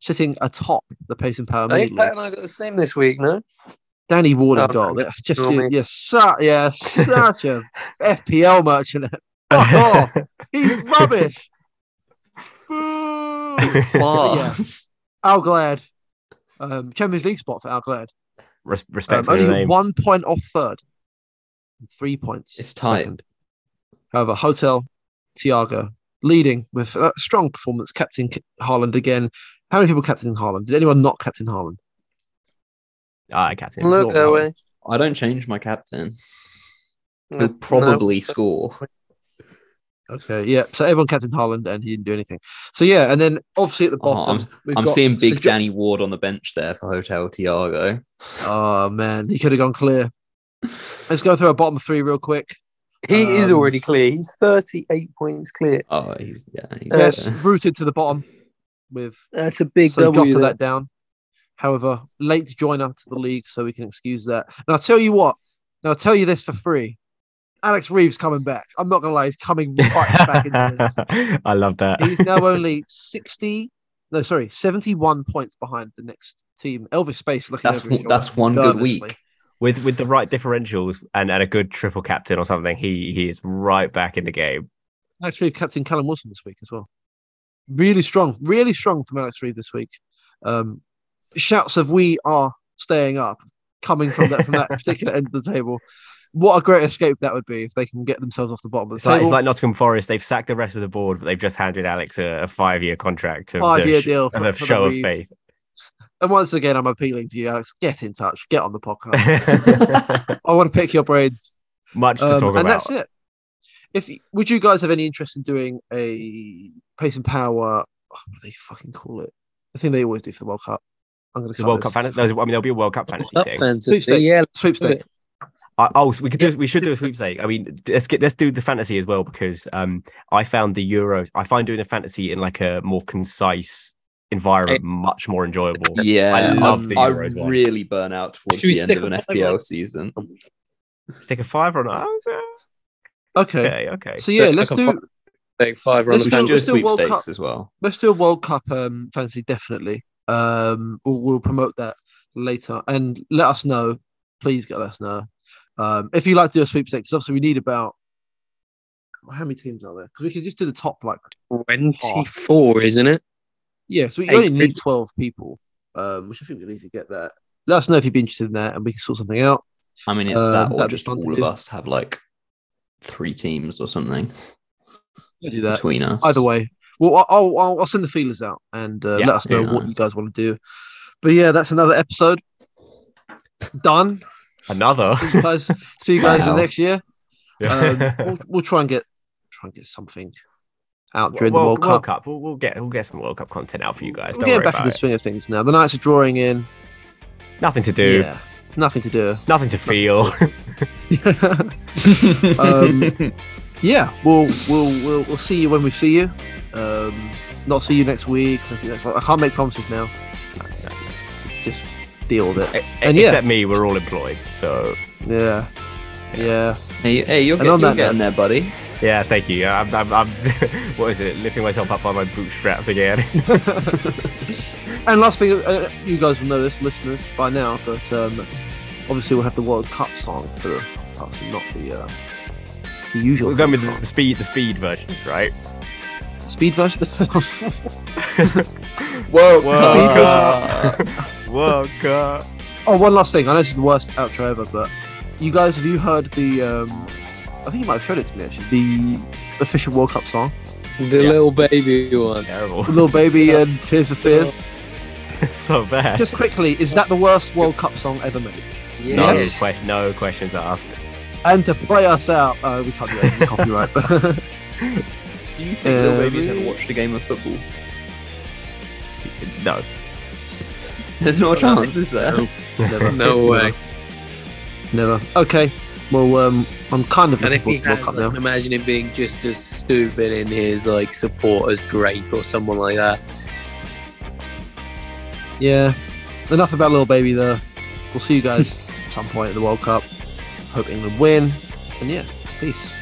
sitting atop the pace and power.
I think
league.
Pat and I got the same this week, no?
Danny Ward
Oh,
and Dog. That's just
Normie.
you're such, yeah, such a FPL merchant. Fuck off. He's rubbish. Boo.
Bars.
Al Glad. Um, Champions League spot for Al Glad.
Res-
Um,
respect to
only
the name.
one point off third, and three points.
It's tight.
Second. However, Hotel Tiago leading with a strong performance, captain K- Haaland again. How many people captain Haaland? Did anyone not captain Haaland?
Ah, captain.
Look that way.
I don't change my captain. He'll probably score.
Okay, Uh, yeah. So everyone captain Haaland and he didn't do anything. So yeah, and then obviously at the
Oh,
bottom, we've
I'm
got
seeing Big
Sejo-
Danny Ward on the bench there for Hotel Tiago.
Oh man, he could have gone clear. Let's go through our bottom three real quick.
He is
Um,
already clear. He's 38 points clear.
Oh, he's yeah. He's
Yes, rooted to the bottom with
That's a big
so
W.
got to
there.
that down. However, late joiner to the league, so we can excuse that. And I'll tell you what. Now I'll tell you this for free. Alex Reeves coming back. I'm not gonna lie, he's coming right back into this.
I love that.
He's now only 60, no, sorry, 71 points behind the next team. Elvis Space looking
That's
over his
one-
shoulder
that's one good
nervously.
week.
with with the right differentials and, and a good triple captain or something, he he is right back in the game.
Alex Reeve captain Callum Wilson this week as well. Really strong, really strong from Alex Reeve this week. Um, shouts of "We are staying up" coming from that from that particular end of the table. What a great escape that would be if they can get themselves off the bottom of the
It's like,
table.
it's like Nottingham Forest. They've sacked the rest of the board, but they've just handed Alex a, a five year contract to,
Five
to
year
sh-
deal
as
for-
a
for the
show of
Reeve.
faith.
and once again, I'm appealing to you, Alex. Get in touch. Get on the podcast. I want to pick your brains.
Much to
Oh. Um,
talk
and
about.
that's it. If y- would you guys have any interest in doing a pace and power? oh, What do they fucking call it? I think they always do for the World Cup. I'm going to
The World Cup fantasy. I mean, there'll be a World Cup fantasy
Up
thing.
fantasy.
Sweepstake.
Yeah,
sweepstake.
I, oh, so we could do. We should do a sweepstake. I mean, let's get let's do the fantasy as well because um, I found the Euros. I find doing the fantasy in like a more concise environment much more enjoyable.
yeah,
I
um,
love the
I
Euros one.
really burn out towards
Should we
the end
stick
of an
with my
FPL
one?
season.
Stick a five on. oh,
Okay.
Okay, okay.
So yeah,
Like
let's
a
do
fucking take five
Let's
We
runs.
should do a
still World
sweepstakes
Cup.
as well.
let's do a World Cup um, fantasy definitely. Um, we'll, we'll promote that later, and let us know. Please get us know um, if you like to do a sweepstakes. 'cause obviously, we need about well, how many teams are there? Because we can just do the top like
24, isn't it?
yeah. So we
Eight
only need
teams.
twelve people, um, which I think we can easily get that. Let us know if you'd be interested in that, and we can sort something out.
I mean, it's
Um,
that or
that'd be
just
fun to
all of
do.
us have like three teams or something
We'll do that.
between us.
either way well I- i'll i'll, I'll send the feelers out and uh,
Yeah.
let us know
Yeah.
what you guys want to do but yeah that's another episode done
Another.
See you guys see you guys in
Wow.
the next year um,
Yeah.
we'll, we'll try and get try and get something out during
Well,
the world cup,
We'll, we'll get we'll get some World Cup content out for you guys.
we're
Don't
getting
worry
back
about
into the
it.
swing of things now the nights are drawing in
Nothing to do.
yeah nothing to do
Nothing to feel.
Um, yeah we'll, we'll we'll we'll see you when we see you um not see you next week not see you next month. i can't make promises now just deal with it And yeah.
Except me, we're all employed. So
yeah yeah
hey, hey, you're,
And
get,
on
you're
that
getting there, buddy.
yeah, thank you. I'm, I'm, I'm what is it? Lifting myself up by my bootstraps again.
And last thing, uh, you guys will know this, listeners, by now, but um, obviously we'll have the World Cup song for the party, not the, uh, the usual
we're going with
song.
the speed the speed version, right?
speed version.
Whoa,
World Cup. World Cup.
oh, one last thing. I know this is the worst outro ever, but you guys, have you heard the? Um, I think you might have showed it to me actually. The official World Cup song,
The little baby one.
Terrible.
"Little Baby" and "Tears for Fears."
so bad.
Just quickly, is that the worst World Cup song ever made?
no,
Yes.
que- no questions asked.
And to play us out, uh, we can't do that. It's copyright. but-
Do you think
Um,
Lil Baby's ever watched a game of football?
No.
There's no chance, is there?
Never.
No way.
Never. Okay. Well, um, I'm kind of
And
looking
if he
forward to World
has,
Cup
I
now.
can imagine him being just as stupid in his like supporters drape or someone like that.
Yeah. Enough about little baby though. We'll see you guys at some point at the World Cup. Hope England win. And yeah, peace.